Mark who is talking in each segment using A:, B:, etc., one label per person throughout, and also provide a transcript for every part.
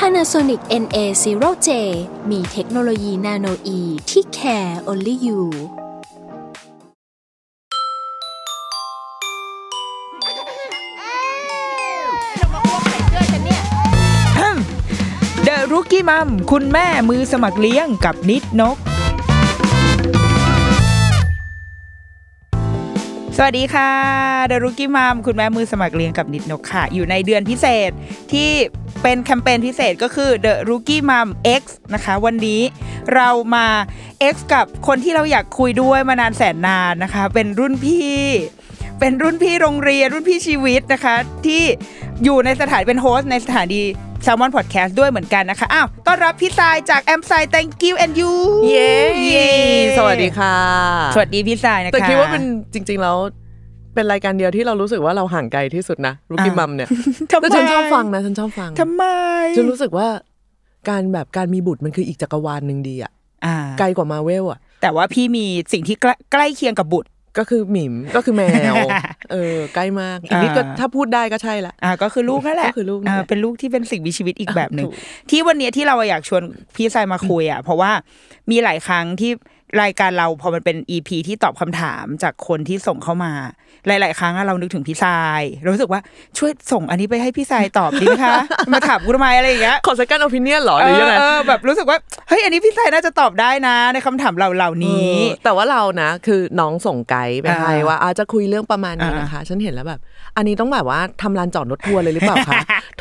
A: Panasonic NA0J มีเทคโนโลยีนาโนอีที่ care only you
B: เดอะรุกี้มัมคุณแม่มือสมัครเลี้ยงกับนิดนก สวัสดีค่ะเดอะรุกี้มัมคุณแม่มือสมัครเลี้ยงกับนิดนกค่ะ อยู่ในเดือนพิเศษที่เป็นแคมเปญพิเศษก็คือ The Rookie Mom X นะคะ วันนี้เรามา X กับคนที่เราอยากคุยด้วยมานานแสนนานนะคะ เป็นรุ่นพี่ เป็นรุ่นพี่โรงเรียนรุ่นพี่ชีวิตนะคะ ที่อยู่ในสถานเป็นโฮสต์ในสถานีแซลมอนพอดแคสต์ด้วยเหมือนกันนะคะ อ้าว ต้อนรับพี่ทรายจากแอมไซ thank you and you
C: เย้สวัสดีค่ะ
B: สวัสดีพี่ทรายนะคะ
C: แต่คิดว่าเป็นจริง ๆ แล้ว เป็นรายการเดียวที่เรารู้สึกว่าเราห่างไกลที่สุดนะรุกี้
B: อ่ะ
C: มัมเนี่ย
B: ทำไม
C: แต่ฉันชอบฟังนะฉันชอบฟัง
B: ทำไม
C: ฉันรู้สึกว่าการแบบการมีบุตรมันคืออีกจักรวาลหนึ่งดีอะ
B: อ่า
C: ไกลกว่ามาเวลอะ
B: แต่ว่าพี่มีสิ่งที่ใกล้ใกล้เคียงกับบุตร
C: ก็คือหมิมก็คือแมว เออใกล้มากอีกนิดก็
B: อ่า
C: ถ้าพูดได้ก็ใช่ละ
B: อ่าก็คือลูกนั่นแหละ
C: ก็คือลูกนั่นแหละ
B: อ่าเป็นลูกที่เป็นสิ่งมีชีวิตอีกแบบหนึ่ง
C: ถูก
B: ที่วันเนี้ยที่เราอยากชวนพี่ทรายมาคุยอ่ะเพราะว่ามีหลายครั้งที่รายการเราพอมันเป็นอีพีที่ตอบคำถามจากคนที่ส่งเข้ามา หลาย ๆ ครั้งอะเรานึกถึงพี่ทรายเรารู้สึกว่าช่วยส่งอันนี้ไปให้พี่ทรายตอบดีไหมคะ มาถามกูทำไมอะไรอย่างเงี้ย
C: ขอสักการอภินิยนหรอหรือยังไง
B: เออเออแบบรู้สึกว่าเฮ้ยอันนี้พี่ทรายน่าจะตอบได้นะ ในคำถามเราเหล่านี้
C: เออแต่ว่าเรานะคือน้องส่งไกด์ไปให้
B: อ่า
C: ว่าอาจะคุยเรื่องประมาณนี้
B: อ่าน
C: นะคะ ฉันเห็นแล้วแบบ อันนี้ต้องแบบว่าทำลานจอดรถทัวร์เลยหรือเปล่า คะ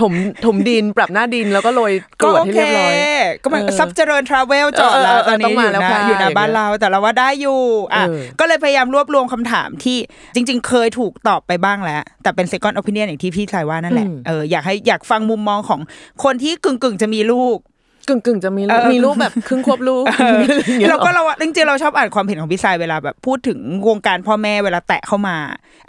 C: ถมถมดินปรับหน้าดินแล้วก็โรยกรวดให้เรียบร้อย
B: ก็มัน
C: เออ
B: ซับเจริญทราเวลจอดแล้ว
C: เออเออเอ
B: ต
C: อ
B: อนนี้
C: ต้อง
B: อ
C: มา
B: ยู่
C: แล้ว
B: นะ
C: ค่ะ
B: อยู่หน้าบ้านเราแต่เราว่าได้อยู่อ่ะ
C: เออ
B: ก็เลยพยายามรวบรวมคำถามที่จริง ๆ เคยถูกตอบไปบ้างแล้ว แต่เป็น second opinion อย่างที่พี่ชายว่านั่นแหละเอออยากให้อยากฟังมุมมองของคนที่กึ่งๆจะมีลูก
C: กึ่งกึ่งๆจะมี
B: เอ
C: ลู
B: อ
C: กมีลูกแบบครึ่งควบลูก
B: เออ
C: อะไรอย่างเงี้ย
B: แล้วก็
C: หรอ
B: เราอะจริงๆเราชอบอ่านความเห็นของพี่สายเวลาแบบพูดถึงวงการพ่อแม่เวลาแตะเข้ามา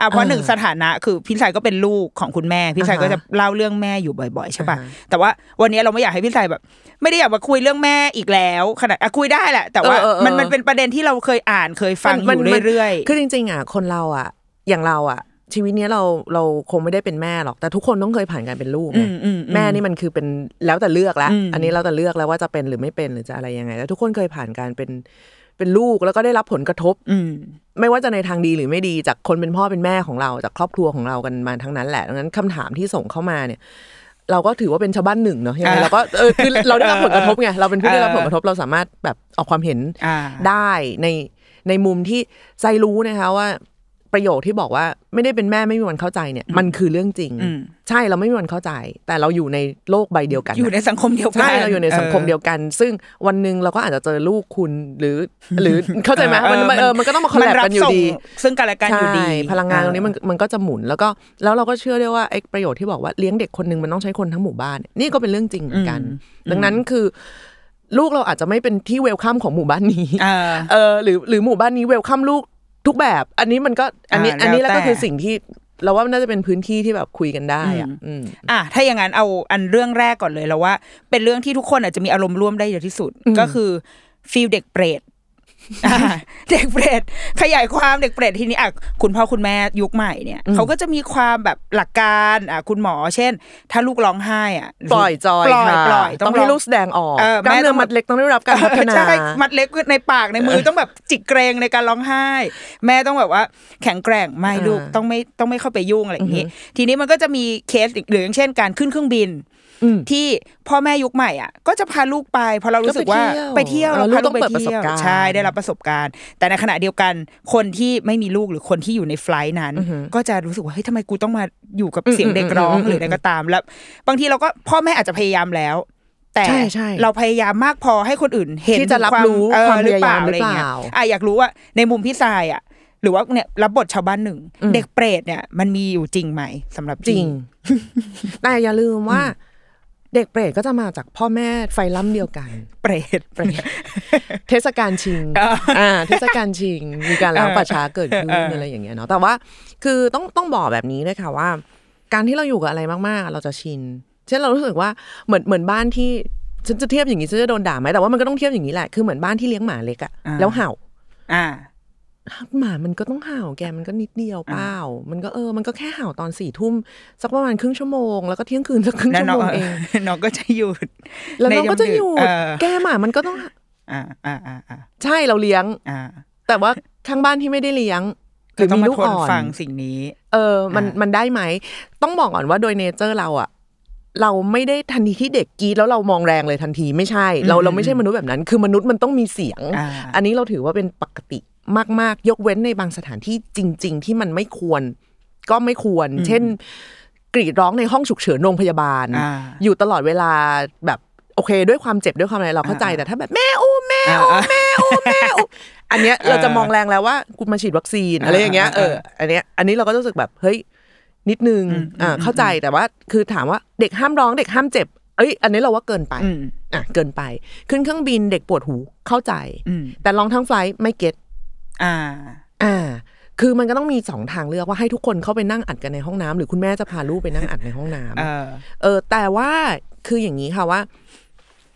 B: อ่ะเพราะ
C: อ่า
B: หนึ่งสถานะคือพี่สายก็เป็นลูกของคุณแม่พี่สาย
C: อ่าฮะ
B: ก็จะเล่าเรื่องแม่อยู่บ่อยๆใช่ป่ะแต่ว่าวันนี้เราไม่อยากให้พี่สายแบบ ไม่ได้อยากมาคุยเรื่องแม่อีกแล้วขนาดอ่ะคุยได้แหละ แต่ว่า
C: เออเออเออ
B: มันมันเป็นประเด็นที่เราเคยอ่านเคยฟังอ
C: มัน
B: ยู่
C: มัน
B: เรื่อยๆ
C: คือจริงๆอ่ะคนเราอ่ะ อย่างเราอ่ะ ชีวิตเนี้ยเราเราคงไม่ได้เป็นแม่หรอก แต่ทุกคนต้องเคยผ่านการเป็นลูกไง
B: อืมอืมอืม
C: แม่นี่มันคือเป็นแล้วแต่เลือกแล้ว
B: อืม
C: อันนี้แล้วแต่เลือกแล้วว่าจะเป็นหรือไม่เป็นหรือจะอะไรยังไงแล้วทุกคนเคยผ่านการเป็นเป็นลูกแล้วก็ได้รับผลกระทบ
B: อืม
C: ไม่ว่าจะในทางดีหรือไม่ดีจากคนเป็นพ่อเป็นแม่ของเราจากครอบครัวของเรากันมาทั้งนั้นแหละดังนั้นคำถามที่ส่งเข้ามาเนี่ย เราก็ถือว่าเป็นชาวบ้านหนึ่งเนาะยังไง
B: อ่า
C: เราก็เออคือเราได้รับผลกระทบไงเราเป็นผู้ได้รับ
B: เออ
C: ผลกระทบเราสามารถแบบออกความเห็น
B: อ่า
C: ได้ในในมุมที่ใจรู้นะคะว่า ประโยคที่บอกว่าไม่ได้เป็นแม่ไม่มีวันเข้าใจเนี่ย มันคือเรื่องจริง
B: อืม
C: ใช่เราไม่มีวันเข้าใจ แต่เราอยู่ในโลกใบเดียวกัน
B: อยู่
C: น่ะ
B: ในสังคมเดียวกัน
C: ใช่เราอยู่ในสังคมเดียวกัน ซึ่งวันหนึ่งเราก็อาจจะเจอลูกคุณหรือ หรือ เข้าใจไหมมันมันเออมันก็ต้องมาคอลแลบ
B: รับ
C: กันอยู่
B: ส่ง
C: ดี
B: ซึ่งกันและกันอยู่ดี
C: ใช่พลังงานตรงนี้มันมันก็จะหมุนแล้วก็แล้วเราก็เชื่อได้วยว่าไอ้ประโยชน์ที่บอกว่าเลี้ยงเด็กคนหนึ่งมันต้องใช้คนทั้งหมู่บ้านเนี่ยนี่ก็เป็นเรื่องจริงเหมือนกัน
B: อืม
C: ดังนั้นคือ ลูกเราอาจจะไม่เป็นที่เวลคัมของหมู่บ้านนี้
B: เออ
C: เออหรือหรือหมู่บ้านนี้เวลคัมลูกทุกแบบ อันนี้มันก็อันนี้
B: อ่า
C: อันนี้แล้ว
B: แล้วแต่
C: ก็คือสิ่งที่เราว่ามันน่าจะเป็นพื้นที่ที่แบบคุยกันได้อ่ะอืม
B: อ่ะถ้าอย่างนั้นเอาอันเรื่องแรกก่อนเลยแล้วว่า เป็นเรื่องที่ทุกคนอาจจะมีอารมณ์ร่วมได้เยอะที่สุด ก็คือฟีลเด็กเปรต อ่ะเด็กเปรตขยายความเด็กเปรตทีนี้อ่ะคุณพ่อคุณแม่ยุคใหม่เนี่ยเขาก็จะมีความแบบหลักการอ่ะคุณหมอ เช่น ถ้าลูกร้องไห้อ่ะ
C: ปล่อยจอย
B: ปล่อย
C: ค่ะ
B: ปล่อย
C: ต้องให้
B: ร้
C: ลูกแสดงออก
B: เออก
C: ล้าม
B: แม่ต้
C: เนื้
B: อ
C: อง มัดเล็กต้องได้รับการพัฒนา
B: ใช่มัดเล็กในปากในมือต้องแบบจิกเกรงในการร้องไห้ แม่ต้องแบบว่า แข็งแกร่งไม่ลูก
C: อ่า
B: ต้องไม่ต้องไม่เข้าไปยุ่งอะไรอย่างนี้ ทีนี้มันก็จะมีเคสอีกหรืออย่างเช่น การขึ้นเครื่องบิน
C: อืม
B: ที่พ่อแม่ยุคใหม่อ่ะ ก็จะพาลูกไปเพอเรารู้สึกว่า
C: ก็
B: ไป
C: ไปเที่
B: เที่ย
C: ยว ว
B: เรา
C: เออลูก
B: พาลูกไป
C: ต้องเปิดประส
B: เที่
C: บ
B: ยว
C: การณ์
B: ใช่ได้รับประสบการณ์ แต่ในขณะเดียวกันคนที่ไม่มีลูกหรือคนที่อยู่ในไฟลท์นั้น ก็จะรู้สึกว่าเฮ้ยทำไมกูต้องมาอยู่กับเสียงเด็กร้องหรืออะไรก็ตามแล้ว บางทีเราก็พ่อแม่อาจจะพยายามแล้ว แต่
C: ใช่ใช่
B: เราพยายามมากพอให้คนอื่นเห็น
C: ที่จะรับรู้
B: ถึง
C: ความพยายาม
B: เห
C: รือเปล่า
B: อ่ะอยากรู้ว่าในมุมพี่ทรายอ่ะ หรือว่าเนี่ยรับบทชาวบ้านหนึ่ง เด็กเปรตเนี่ยมันมีอยู่จริงไหมสำหรับ
C: จริ
B: พี่
C: ง แต่อย่าลืมว่า เด็กเปรตก็จะมาจากพ่อแม่ไฟล้ำเดียวกัน
B: เปรต
C: เปรต เทศกาลชิง อ่า เทศกาลชิง มีการล้างป่าช้าเกิดขึ้น
B: เออ
C: อะไรอย่างเงี้ยเนาะ แต่ว่า คือต้องต้องบอกแบบนี้ด้วยค่ะว่า การที่เราอยู่กับอะไรมากๆ เราจะชิน เช่นเรารู้สึกว่า เหมือนเหมือนบ้านที่ ฉันจะเทียบอย่างนี้ฉันจะโดนด่าไหมแต่ว่ามันก็ต้องเทียบอย่างนี้แหละ คือเหมือนบ้านที่เลี้ยงหมาเล็กอะแล้วเห่า
B: อ่า
C: หมามันก็ต้องเห่าแกมันก็นิดเดียวเปล่า มันก็เออ มันก็แค่เห่าตอนสี่ทุ่มสักประมาณครึ่งชั่วโมง แล้วก็เที่ยงคืนสักครึ่ง
B: แล้ว
C: ชั่ว
B: น้อง
C: โมง เอง
B: น้องก็จะหยุด
C: แล้ว
B: ใน
C: น้องก็จะอยู่
B: เออ
C: แกหมามันก็ต้อง
B: อ่าอ่าอ่าอ่า
C: ใช่เราเลี้ยง
B: อ่า
C: แต่ว่าข้างบ้านที่ไม่ได้เลี้ยงหรือ
B: ต้อง
C: มี
B: มา
C: ลูก
B: ทน
C: อ่อน
B: ฟังสิ่งนี้
C: เออ มัน
B: อ่ามั
C: มันได้ไหม ต้องบอกก่อนว่าโดยเนเจอร์เราอะเราไม่ได้ทันทีที่เด็กกรีดแล้วเรามองแรงเลยทันทีไม่ใช่ เราเราไม่ใช่มนุษย์แบบนั้น คือมนุษย์มันต้องมีเสียง
B: อ่า
C: อันนี้เราถือว่าเป็นปกติมาก ๆ ยกเว้นในบางสถานที่จริง ๆ ที่มันไม่ควร ก็ไม่ควร เช่น กรีดร้องในห้องฉุกเฉินโรงพยาบาล
B: อ่า
C: อยู่ตลอดเวลาแบบโอเค ด้วยความเจ็บด้วยความอะไรเราเข้าใจ
B: อ่า
C: แต่ถ้าแบบแม่อู้แม่
B: อ่า
C: อู้
B: อ่า
C: แม่อู้แม่อู้อันเนี้ยเราจะมองแรงแล้วว่ากูมาฉีดวัคซีนอะไรอย่างเงี้ย
B: อ่า
C: เอออันเนี้ยอันนี้เราก็รู้สึกแบบเฮ้ยนิดนึง
B: อืม
C: อ่า
B: อืม
C: เข้าใจแต่ว่าคือถามว่าเด็กห้ามร้องเด็กห้ามเจ็บ เอ้ย อันนี้เราว่าเกินไป
B: อืม
C: อ่ะเกินไป ขึ้นเครื่องบินเด็กปวดหูเข้าใจ
B: อืม
C: แต่ลองทั้งไฟลท์ไม่เก็ต
B: อ่า
C: อ่า คือมันก็ต้องมีสองทางเลือกว่าให้ทุกคนเข้าไปนั่งอัดกันในห้องน้ำหรือคุณแม่จะพาลูกไปนั่งอัดในห้องน้ำ
B: เออ
C: เออแต่ว่าคืออย่างนี้ค่ะว่า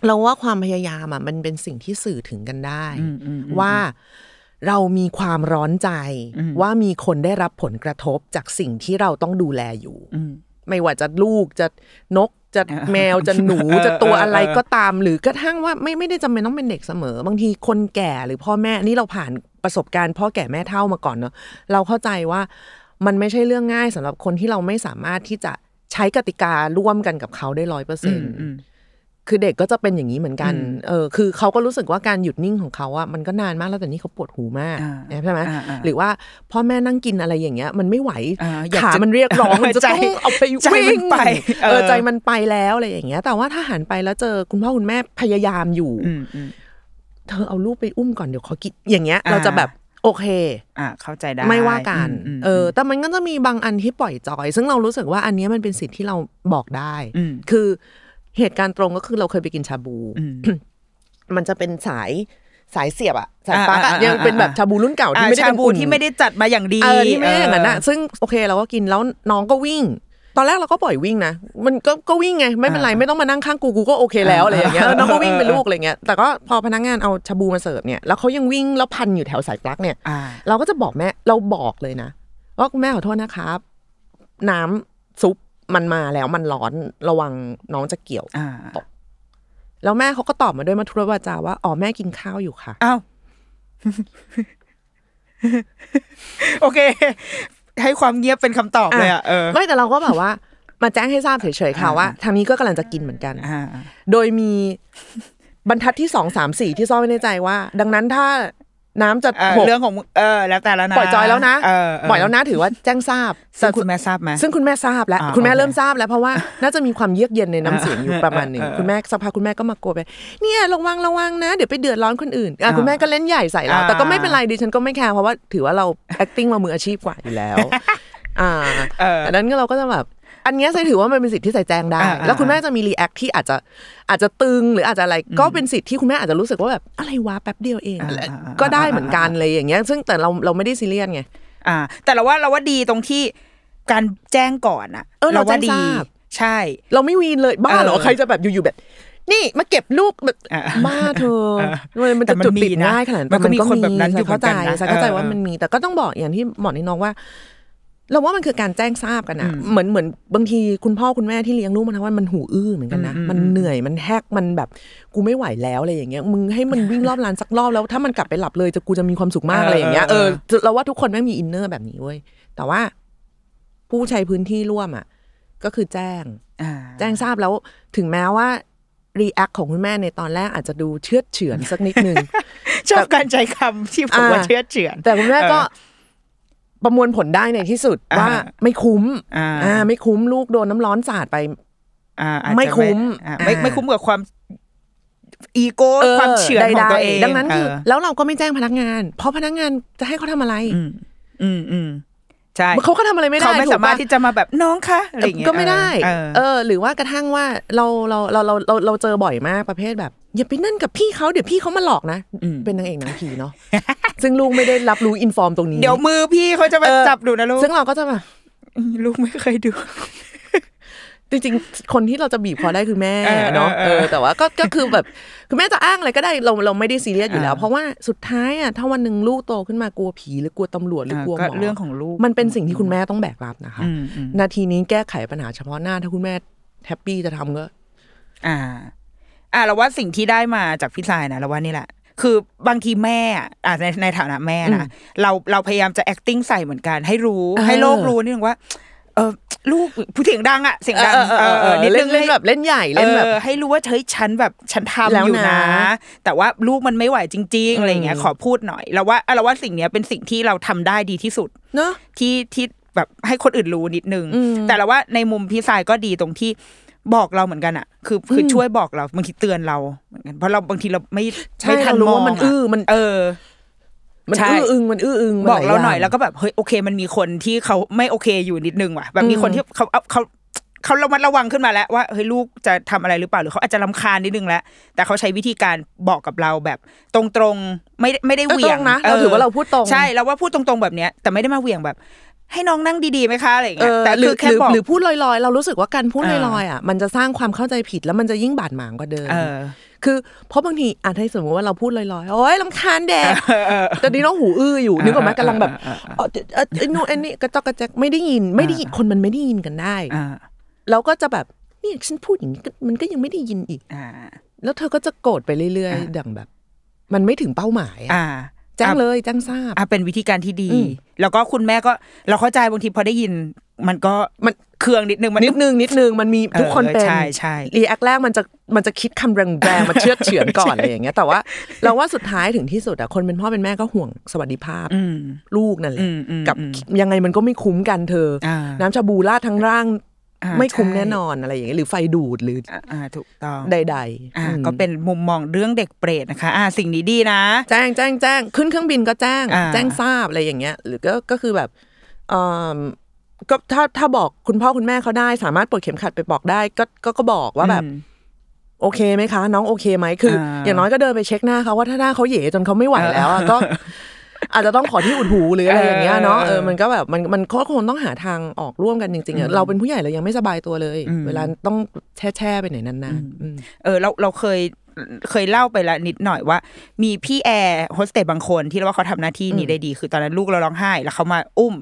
C: เราว่าความพยายามอ่ะมันเป็นสิ่งที่สื่อถึงกันได้
B: อืมอืมอืม
C: ว่าเรามีความร้อนใจ
B: อืม
C: ว่ามีคนได้รับผลกระทบจากสิ่งที่เราต้องดูแลอยู่
B: อืม
C: ไม่ว่าจะลูกจะนกจะ
B: เออ
C: แมวจะหนู
B: เออ
C: จะตัวอะไร
B: เออเออ
C: ก็ตาม หรือกระทั่งว่าไม่ไม่ได้จำเป็นต้องเป็นเด็กเสมอ บางทีคนแก่หรือพ่อแม่นี่เราผ่านประสบการณ์พ่อแก่แม่เฒ่ามาก่อนเนอะเราเข้าใจว่ามันไม่ใช่เรื่องง่ายสำหรับคนที่เราไม่สามารถที่จะใช้กติการ่วมกันกับเขาได้ร้อยเปอ
B: อื
C: ร์เซ็น
B: ม
C: ต์
B: อืม
C: คือเด็กก็จะเป็นอย่างนี้เหมือนกัน
B: อืม
C: เออคือเขาก็รู้สึกว่าการหยุดนิ่งของเขาอะมันก็นานมากแล้วแต่นี่เขาปวดหูมาก
B: อ่า
C: ใช่ไหม
B: อ่าอ่า
C: หรือว่าพ่อแม่นั่งกินอะไรอย่างเงี้ย มันไม่ไหว
B: อ่าอยาก
C: ขา
B: จะ
C: มันเรียก ร้อง มันจะ
B: ใจ
C: ต้องเอาไป
B: ใจมัน
C: วิ่ง
B: ไป
C: เอ
B: เออ
C: อใจมันไปแล้วอะไรอย่างเงี้ย แต่ว่าถ้าหันไปแล้วเจอคุณพ่อคุณแม่พยายามอยู่
B: อืมอืม
C: เธอเอาลูกไปอุ้มก่อนเดี๋ยวขอกินอย่างเงี้ย
B: อ่า
C: เราจะแบบโอเค
B: อ่าเข้าใจได้
C: ไม่ว่ากัน
B: มม
C: เออ แต่มันก็จะมีบางอันที่ปล่อยจอย ซึ่งเรารู้สึกว่าอันเนี้ยมันเป็นสิทธิ์ที่เราบอกได้
B: อืม
C: คือเหตุการณ์ตรงก็คือเราเคยไปกินชาบู
B: อืม
C: มันจะเป็นสายสายเสียบอะสายปลั๊กอะ
B: อ่าอ่าอ่า
C: ยังเป็นแบบ
B: อ่า
C: ชาบูรุ่นเก่า
B: อ่า
C: ที่ไม่ได้
B: ชา
C: เป็น
B: บู
C: อุ่น
B: ที่ไม่ได้จัดมาอย่างดี
C: เออที่ไม่ได้อย่างนั้น
B: เ
C: อะซึ่งโอเคเราก็กินแล้วน้องก็วิ่ง ตอนแรกเราก็ปล่อยวิ่งนะมันก็ก็วิ่งไงไม่เป็นไร
B: อ่า
C: ไม่ต้องมานั่งข้างกูกูก็โอเคแล้วอะไรอย่างเงี้ยเออน้องก็วิ่ง
B: เออ
C: เป็นลูกอะไรเงี้ยแต่ก็พอพนักงานเอาชาบูมาเสิร์ฟเนี่ยแล้วเขายังวิ่งแล้วพันอยู่แถวสายปลั๊กเนี่ย
B: อ่า
C: เราก็จะบอกแม่เราบอกเลยนะว่าคุณแม่ขอโทษนะครับ น้ำซุปมันมาแล้วมันร้อนระวังน้องจะเกี่ยว
B: อ่า
C: แล้วแม่เขาก็ตอบมาด้วยมัทุรวาจาว่าอ๋อแม่กินข้าวอยู่ค่ะ
B: อ้าว โอเค ให้ความเงียบเป็นคำตอบเลยอ่ะเออ
C: ไม่แต่เราก็แบบว่า มาแจ้งให้ทราบเฉยๆค่ะว่าทางนี้ก็กำลังจะกินเหมือนกัน
B: อ่า
C: โดยมี บรรทัดที่สองสามสี่ที่ซ่อนไว้ในใจว่า ดังนั้นถ้าน้ำจะ
B: เออ
C: หก
B: เรื่องของมึงเออ แล้วแต่แล้วนะ
C: ปล่อยจอยแล้วนะ
B: เออเ
C: ปล่อยแล้วนะถือว่าแจ้งทราบ
B: ซึ่งคุณแม่ทราบไหม
C: ซึ่งคุณแม่ทราบแล้ว
B: อ่า
C: คุณแม่
B: โอเค
C: เริ่มทราบแล้วเพราะ ว่าน่าจะมีความเยือกเย็นในน้ำเสียงอยู่ประมาณหนึ่ง
B: เออเออ
C: คุณแม่สักพักคุณแม่ก็มากลัวไป เนี่ยระวังระวังนะ เดี๋ยวไปเดือดร้อนคนอื่นอ่ะ
B: อ่า
C: คุณแม่ก็เล่นใหญ่ใส่เรา
B: อ่า
C: แต่ก็ไม่เป็นไรดิฉันก็ไม่แคร์เพราะว่าถือว่าเรา acting มามืออาชีพกว่าอยู่แล้ว อ่า
B: เออ
C: อันนั้นก็เราก็จะแบบ อันเนี้ยใส่ถือว่ามันเป็นสิทธิ์ที่ใส่แจงได้
B: อ่าอ่า
C: แล้วคุณแม่จะมีรีแอคที่อาจจะอาจจะตึงหรืออาจจะอะไรก็เป็นสิทธิ์ที่คุณแม่อาจจะรู้สึกว่าแบบอะไรวะแป๊บเดียวเอง
B: อ่าอ่าอ่า
C: ก็ได้เหมือนกันเลยอย่างเงี้ย ซึ่งแต่เราเราไม่ได้ซีเรียสไง
B: อ่า แต่เราว่าเราว่าดีตรงที่การแจ้งก่อนอ่ะ
C: เออเรา
B: ว่าดี
C: แจ้งทราบ
B: ใช่
C: เราไม่วีนเลยบ้าเหร
B: เอ
C: อ
B: อ
C: ใครจะแบบอยู่ๆแบบ นี่มาเก็บลูกแบบ
B: อ่ะ
C: บ้าเธอ
B: เออ
C: ทำไมมัน
B: แต่
C: จะ
B: มัน
C: จุด
B: มี
C: ปิด
B: นะ
C: ง่ายขนาด
B: มันก็มีคนแบบนั้นอยู่
C: ใส่เข้า
B: เหมื
C: ใจ
B: อนกันนะ
C: ใส่เข้าใจว่า
B: เออ
C: มันมีแต่ก็ต้องบอกอย่างที่หมอนี่น้องว่า เราว่ามันคือการแจ้งทราบกันนะเหมือนเหมือนบางทีคุณพ่อคุณแม่ที่เลี้ยงลูกมันทั้งวันมันหูอื้อเหมือนกันนะ
B: อืมอืม
C: มันเหนื่อยมันแฮกมันแบบกูไม่ไหวแล้วอะไรอย่างเงี้ยมึงให้มันวิ่งรอบลานสักรอบแล้วถ้ามันกลับไปหลับเลยจะกูจะมีความสุขมากอะไรอย่างเงี้ยเออเราว่าทุกคนไม่งมีอินเนอร์แบบนี้เว้ยแต่ว่าผู้ใช้พื้นที่ร่วมอ่ะก็คือแจ้ง
B: อ่า
C: แจ้งทราบแล้วถึงแม้ว่ารีแอคของคุณแม่ในตอนแรกอาจจะดูเชือดเฉือนสัก นิดนึง
B: ชอบการใช้คำที่ผม
C: อ่า
B: ว่าเชื่อเฉือน
C: แต่คุณแม่ก็ประมวลผลได้ในที่สุด
B: อ่า
C: ว่าไม่คุ้ม
B: อ่า
C: อ่าไม่คุ้มลูกโดนน้ำร้อนสาดไป
B: อ่าอาจจะ
C: ไม่คุ้ม
B: อ่าไม่
C: อ่า
B: ไม่คุ้มกับความ อีโก้ความเฉือนของตัวเอง
C: ใดๆดังนั้นคือ
B: เ
C: แล้วเราก็ไม่แจ้งพนักงาน เพราะพนักงานจะให้เขาทำอะไร
B: อืมอืมอืม ใช่
C: เขาก็ทำอะไรไม่ได้
B: เขาไม่
C: ถูกปะ
B: สามารถที่จะมาแบบน้องคะอะไรอย่างเงี้ย
C: ก็ไม่ได้
B: เออ
C: เออ หรือว่ากระทั่งว่าเราเราเราเราเราเราเจอบ่อยมากประเภทแบบ อย่าไปนั่นกับพี่เขาเดี๋ยวพี่เขามาหลอกนะ
B: ม
C: เป็นนางเอกหนางผีเนาะ ซึ่งลูกไม่ได้รับรู้อินฟอร์มตรงนี้
B: เดี๋ยวมือพี่เขาจะมา
C: เออ
B: จับดูนะลูก
C: ซึ่งเราก็จะแบบ
B: ลูกไม่เคยดู
C: จริงๆ คนที่เราจะบีบคอได้คือแม่
B: เออ
C: เนาะ
B: เออ
C: เออแต่ว่าก็ก็คือแบบคือแม่จะอ้างอะไรก็ได้เราเราไม่ได้ซีเรียสอยู่แล้ว
B: อ่า
C: เพราะว่าสุดท้ายอ่ะถ้าวันหนึ่งลูกโตขึ้นมากลัวผีหรือกลัวตำรวจหรือกลัวห
B: ก็
C: มอ
B: เรื่องของลูก
C: มันเป็นสิ่งที่คุณแม่ต้องแบกรับนะคะ
B: อืมอืม
C: นาทีนี้แก้ไขปัญหาเฉพาะหน้าถ้าคุณแม่แฮปปี้จะทำก็
B: อ่า อ่าเราว่าสิ่งที่ได้มาจากพี่สายนะเราว่านี่แหละ คือบางทีแม่อะอ่าในในฐานะแม่นะเราเราพยายามจะ acting ใส่เหมือนกัน ให้รู้
C: เออ
B: ให้โลกรู้นิดนึงว่า เออลูกผู้เสียงดังอะเสียงดัง
C: เออเออเออ
B: นิด
C: เล่
B: นึ
C: น
B: ง
C: เล่น
B: ให้
C: แบบเล่นใหญ่เล่นแบบ
B: ออให้รู้ว่าเฮ้ยฉันแบบฉันทำ
C: แล้ว
B: อยู่นะ
C: นะ
B: แต่ว่าลูกมันไม่ไหวจริง ๆ อะไรอย่างเงี้ย
C: อืม
B: ขอพูดหน่อยเราว่าเราว่าสิ่งเนี้ยเป็นสิ่งที่เราทำได้ดีที่สุด
C: เนอะ
B: ที่ที่แบบให้คนอื่นรู้นิดนึง
C: อืม
B: แต่เราว่าในมุมพี่สายก็ดีตรงที่บอกเราเหมือนกันอะคือคืออ
C: ม
B: ช่วยบอกเราบางทีเตือนเราเหมือนกันเพราะเราบางทีเราไม่
C: ใช่
B: ไม่ทัน
C: เรารู้
B: มอง
C: ว่ามัน
B: อะ
C: อื้อมัน
B: เออ
C: มัน
B: ใช่
C: อื้ออึงมันอื้ออึงมั
B: บอกเราหน่อย
C: ง
B: แล้วก็แบบเฮ้ยโอเค มันมีคนที่เขาไม่โอเคอยู่นิดนึงว่ะแบบมีคน
C: อืม
B: ที่เขาเอาเขาเขาระมัดระวังขึ้นมาแล้วว่าเฮ้ยลูกจะทำอะไรหรือเปล่าหรือเขาอาจจะรำคาญนิดนึงแล้วแต่เขาใช้วิธีการบอกกับเราแบบตรงๆไม่ได้ไม่ได้
C: ก็
B: เหวี่
C: ต
B: ย
C: รง งนะเราถือว่าเราพูดตรง
B: ใช่เราว่าพูดตรงๆแบบเนี้ยแต่ไม่ได้มาเหวี่ยงแบบ ให้น้องนั่งดีๆไหมคะอะไรอย่าง
C: เอ
B: เงี้ย
C: อ
B: แต่
C: หรื
B: คือ อแค่
C: หรือ
B: บอก
C: หรือพูดลอยๆ เรารู้สึกว่าการพูดล
B: อ่า
C: อยๆอ่ะมันจะสร้างความเข้าใจผิดแล้วมันจะยิ่งบาดหมางกว่าเดิม
B: เออ
C: คือเพราะบางทีอาจจะสมมติว่าเราพูดลอยๆโอ๊ยลำคาญแดด
B: เออเออ
C: แต่นี่น้องหูอื้ออยู่นึกออกไห
B: อ่าก
C: มำลังแบบ
B: อ่าอ่า
C: เออเอ่อไอ้นู่นไอ้นี่กระจอกกระแจกไม่ได้ยินไม่ได้ยิน
B: อ่า
C: คนมันไม่ได้ยินกันได้
B: อ่า
C: แล้วก็จะแบบเนี่ยฉันพูดอย่างนี้ก็มันก็ยังไม่ได้ยินอีก
B: อ่า
C: แล้วเธอก็จะโกรธไปเรื่อย
B: อ่า
C: ๆดังแบบ มันไม่ถึงเป้าหมายอะ
B: อ่า
C: แจ้งเลยแจ้งทราบ
B: อ่ะเป็นวิธีการที่ดี
C: อืม
B: แล้วก็คุณแม่ก็เราเข้าใจบางทีพอได้ยิน มันก็
C: มัน
B: เคืองนิดนึงมัน
C: นิดนึงนิดนึงมันมี
B: ออ
C: ทุกคนเป็น
B: ใช่ใช่
C: รีแอคแรกมันจะมันจะคิดคำแรงๆมาเชื่อดเฉือนก่อนอะไรอย่างเงี้ยแต่ว่าเราว่าสุดท้ายถึงที่สุดอะคนเป็นพ่อเป็นแม่ก็ห่วงสวัสดิภาพ
B: อืม
C: ลูกนั่นแห
B: อื
C: ละ
B: มอืม
C: กับ
B: อืม
C: ยังไงมันก็ไม่คุ้มกันเธออ
B: อ่า
C: น้ำชาบูราดทั้งร่าง
B: อ่า
C: ไม่คุ้ม
B: ใช่
C: แน่นอนอะไรอย่างเงี้ยหรือไฟดูดหรือ
B: อ่าอ่าถูกต้อง
C: ใดๆ
B: อ่า
C: อืม
B: ก็เป็นมุมมองเรื่องเด็กเปรตนะคะ อ่าสิ่งนี้ดีนะ
C: แจ้งแจ้งแจ้งขึ้นเครื่องบินก็แจ้ง
B: อ่า
C: แจ้งทราบอะไรอย่างเงี้ย หรือก็ก็คือแบบเอ่อก็ถ้าถ้าบอกคุณพ่อคุณแม่เขาได้ สามารถปลดเข็มขัดไปบอกได้ก็ก็ก็บอกว่าแบบ
B: อืม
C: โอเคไหมคะ น้องโอเคไหมคืออ
B: อ่า
C: อย่างน้อยก็เดินไปเช็คหน้าเขาว่าถ้าหน้าเขาเหย่จนเขาไม่ไหวแล้ว อะก็ อาจจะต้องขอที่อุดหูหรืออะไรอย่างเงี้ยเนาะ
B: เออ
C: เออมันก็แบบมันมันก็คงต้องหาทางออกร่วมกันจริงๆอะ
B: อืม
C: เราเป็นผู้ใหญ่เรายังไม่สบายตัวเลย
B: อืม
C: เวลาต้องแช่แช่ๆไปไหนนาน
B: อืม
C: ๆอืม
B: เออเราเราเคยเคยเล่าไปละนิดหน่อยว่า มีพี่แอร์โฮสเตสบางคนที่เราว่าเขาทำหน้าที่นี้
C: อืม
B: ได้ดี คือตอนนั้นลูกเราร้องไห้ แล้วเขามาอุ้ม